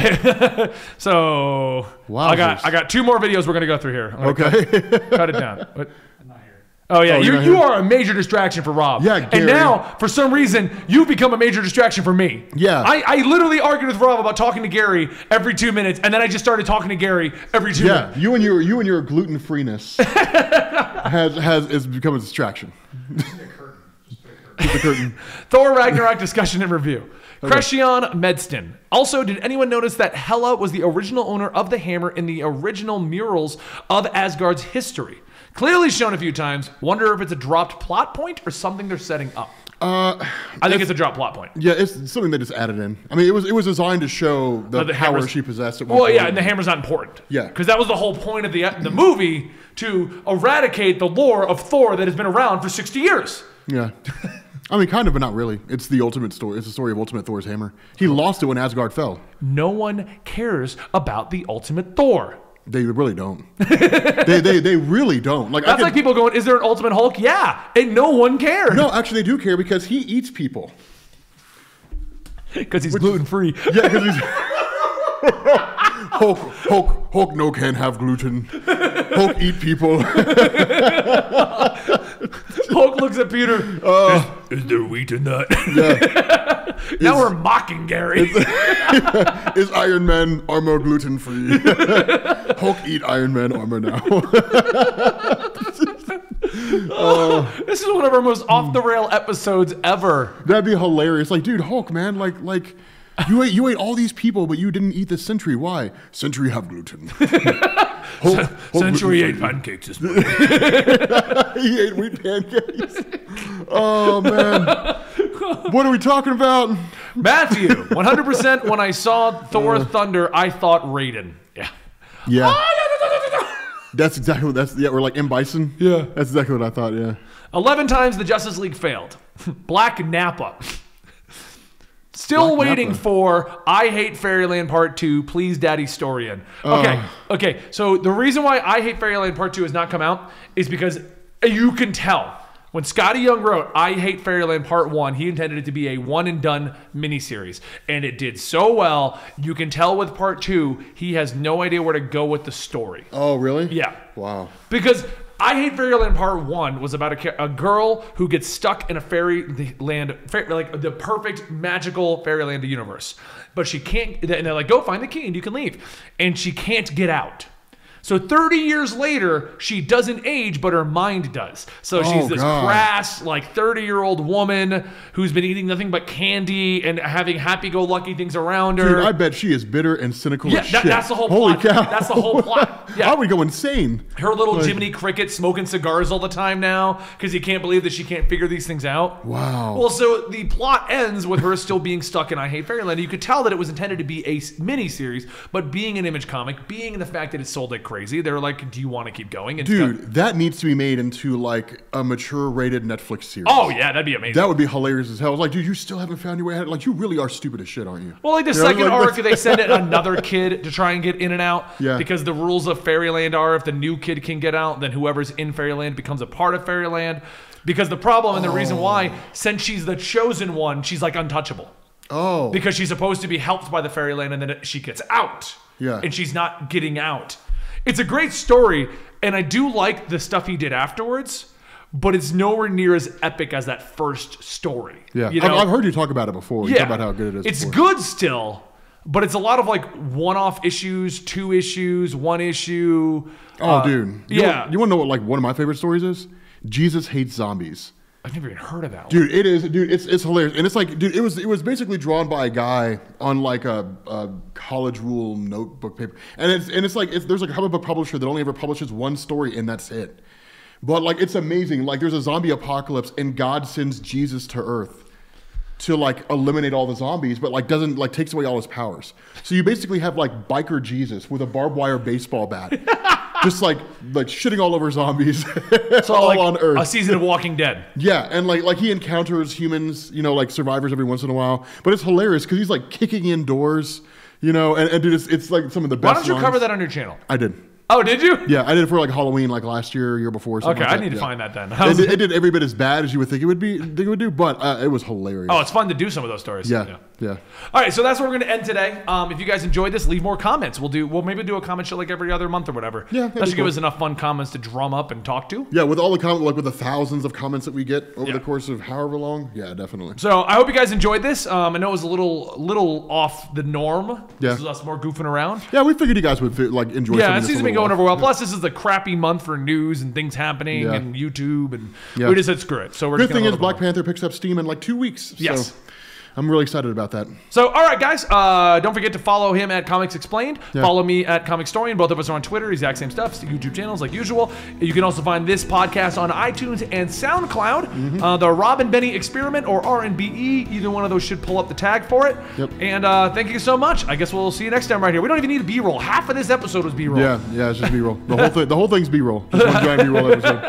S1: So I
S2: Wowzers.
S1: got I got two more videos we're gonna go through here. I'm gonna
S2: Okay.
S1: cut, cut it down. What?
S3: I'm not here.
S1: Oh yeah,
S2: Oh, you're
S1: you
S2: not
S1: you
S2: here?
S1: are a major distraction for Rob.
S2: Yeah,
S1: and
S2: Gary.
S1: now for some reason you've become a major distraction for me.
S2: Yeah.
S1: I, I literally argued with Rob about talking to Gary every two minutes, and then I just started talking to Gary every two.
S2: Yeah,
S1: minutes.
S2: you and your you and your gluten freeness has has is become a distraction.
S3: Just a curtain. Just put a curtain.
S2: The curtain.
S1: Thor Ragnarok discussion and review. Crescion Medston. Also, did anyone notice that Hela was the original owner of the hammer in the original murals of Asgard's history? Clearly shown a few times. Wonder if it's a dropped plot point or something they're setting up.
S2: Uh,
S1: I think it's a dropped plot point.
S2: yeah, it's something they just added in. I mean, it was it was designed to show the,
S1: the
S2: power
S1: hammers-
S2: she possessed. At one
S1: Well, yeah,
S2: point.
S1: and the hammer's not important.
S2: Yeah.
S1: because that was the whole point of the the movie to eradicate the lore of Thor that has been around for sixty years.
S2: yeah. I mean, kind of, but not really. It's the ultimate story. It's the story of Ultimate Thor's hammer. He lost it when Asgard fell.
S1: No one cares about the ultimate Thor.
S2: They really don't. they, they they really don't. Like
S1: That's
S2: I
S1: like
S2: could,
S1: people going, "Is there an ultimate Hulk?" Yeah, and no one cares
S2: no, actually, they do care because he eats people.
S1: because he's gluten free.
S2: Yeah, because he's Hulk. Hulk. Hulk. No can have gluten. Hulk eat people.
S1: Hulk looks at Peter.
S2: Uh.
S1: is, is there wheat in that? now we're mocking Gary.
S2: Is Iron Man armor gluten free? Hulk eat Iron Man armor now.
S1: this is one of our most off the rail episodes ever.
S2: That'd be hilarious. Like, dude, Hulk, man, like, like. You ate, you ate all these people, but you didn't eat the sentry. Why? Sentry have gluten. Hulk, Hulk
S1: Century eight
S2: gluten-free.
S1: pancakes this morning.
S2: he ate wheat pancakes. Oh man, what are we talking about?
S1: Matthew, 100% when I saw Thor Thunder, I thought Raiden. Yeah.
S2: Yeah,
S1: Oh,
S2: that's exactly what that's. Yeah, we're like M Bison.
S1: Yeah.
S2: that's exactly what I thought. Yeah,
S1: 11 times the Justice League failed. Black Nappa. Still
S2: Black
S1: waiting
S2: Mamba.
S1: for I Hate Fairyland Part 2, please Daddy Story in. Okay, okay. So the reason why I Hate Fairyland Part 2 has not come out is because uh, you can tell. When Scotty Young wrote I Hate Fairyland Part 1, he intended it to be a one and done miniseries. And it did so well, you can tell with Part 2, he has no idea where to go with the story.
S2: Oh, really?
S1: Yeah.
S2: Wow.
S1: Because I Hate Fairyland Part One was about a, ca- a girl who gets stuck in a fairyland, fair, like the perfect magical fairyland universe, but she can't. And they're like, "Go find the key, and you can leave," and she can't get out. So 30 years later, she doesn't age, but her mind does. So she's this
S2: Oh, God.
S1: crass, like 30 year old woman who's been eating nothing but candy and having happy go lucky things around her.
S2: Dude, I bet she is bitter and cynical
S1: Er, Yeah,
S2: as
S1: that-
S2: shit.
S1: that's the whole
S2: Holy
S1: plot.
S2: cow.
S1: That's the whole plot. Yeah.
S2: I would go insane.
S1: her little Jiminy Cricket smoking cigars all the time now because he can't believe that she can't figure these things out.
S2: Wow.
S1: Well, so the plot ends with her still being stuck in I Hate Fairyland. You could tell that it was intended to be a mini series, but being an image comic, being the fact that it sold like crazy, they're like, do you want to keep going? And
S2: Dude, that needs to be made into like a mature rated Netflix series.
S1: oh, yeah, that'd be amazing.
S2: That would be hilarious as hell. It's like, dude, you still haven't found your way out. of it. Like, you really are stupid as shit, aren't you?
S1: Well, like the
S2: You know,
S1: second
S2: like,
S1: arc, they send in another kid to try and get in and out.
S2: Yeah.
S1: Because the rules of Fairyland are if the new kid can get out, then whoever's in Fairyland becomes a part of Fairyland. Because the problem and the reason why, since she's the chosen one, she's like untouchable.
S2: Oh.
S1: Because she's supposed to be helped by the Fairyland and then it- she gets out.
S2: Yeah.
S1: And she's not getting out. It's a great story, and I do like the stuff he did afterwards, but it's nowhere near as epic as that first story.
S2: yeah.
S1: You
S2: I've-
S1: know?
S2: I've, heard you talk about it before. You
S1: yeah.
S2: talk about how good it is.
S1: It's
S2: before.
S1: good still, but it's a lot of like one-off issues, two issues, one issue.
S2: Oh, dude. You
S1: uh, yeah.
S2: Want, you want to know what like one of my favorite stories is? Jesus hates zombies.
S1: I've never even heard of that. One.
S2: Dude, it is, dude. It's it's hilarious, and it's like, dude, it was it was basically drawn by a guy on like a, a college rule notebook paper, and it's and it's like it's, there's like a comic book publisher that only ever publishes one story, and that's it. But like, it's amazing. Like, there's a zombie apocalypse, and God sends Jesus to Earth to like eliminate all the zombies, but like doesn't like takes away all his powers. So you basically have like biker Jesus with a barbed wire baseball bat, just like like shitting all over zombies all
S1: like,
S2: on Earth.
S1: A season of Walking Dead.
S2: Yeah, and like like he encounters humans, you know, like survivors every once in a while. But it's hilarious because he's like kicking in doors, you know, and, and dude, it's, it's like some of the
S1: Why
S2: best.
S1: don't you
S2: lines.
S1: cover that on your channel?
S2: I did.
S1: Oh, did you?
S2: Yeah, I did it for like Halloween, like last year, year before. something
S1: Okay,
S2: like
S1: I
S2: that,
S1: need to
S2: yeah.
S1: find that then.
S2: It, did- it did every bit as bad as you would think it would be. Think it would do, but uh, it was hilarious.
S1: Oh, it's fun to do some of those stories.
S2: yeah, yeah,
S1: All right, so that's where we're going to end today. Um, if you guys enjoyed this, leave more comments. We'll do. We'll maybe do a comment show like every other month or whatever.
S2: Yeah, that'd
S1: that should
S2: be
S1: give
S2: cool.
S1: us enough fun comments to drum up and talk to.
S2: Yeah, With all the comment, like with the thousands of comments that we get over
S1: Yeah.
S2: the course of however long. Yeah, definitely.
S1: So I hope you guys enjoyed this. Um, I know it was a little little off the norm.
S2: Yeah.
S1: This is us more goofing around.
S2: Yeah, we figured you guys would fi- like enjoy.
S1: Yeah, it
S2: something that's
S1: seems
S2: a
S1: to be
S2: little
S1: going
S2: off.
S1: over well. Plus, this is the crappy month for news and things happening
S2: Yeah.
S1: and YouTube, and
S2: Yeah.
S1: we just said screw it. So we're
S2: Good
S1: just
S2: thing
S1: gonna
S2: is
S1: let it
S2: Black
S1: roll.
S2: Panther picks up steam in like two weeks.
S1: Yes.
S2: So I'm really excited about that.
S1: So, all right, guys, uh, don't forget to follow him at Comics Explained.
S2: Yeah.
S1: Follow me at Comic Storian. Both of us are on Twitter, exact same stuff, YouTube channels like usual. You can also find this podcast on iTunes and SoundCloud.
S2: Mm-hmm.
S1: Uh, the Robin Benny Experiment or RNBE, E, either one of those should pull up the tag for it.
S2: Yep.
S1: And uh, thank you so much. I guess we'll see you next time right here. We don't even need a B roll. Half of this episode was B roll.
S2: Yeah, yeah, it's just B roll. The whole thing, the whole thing's B roll. Just one giant B roll episode.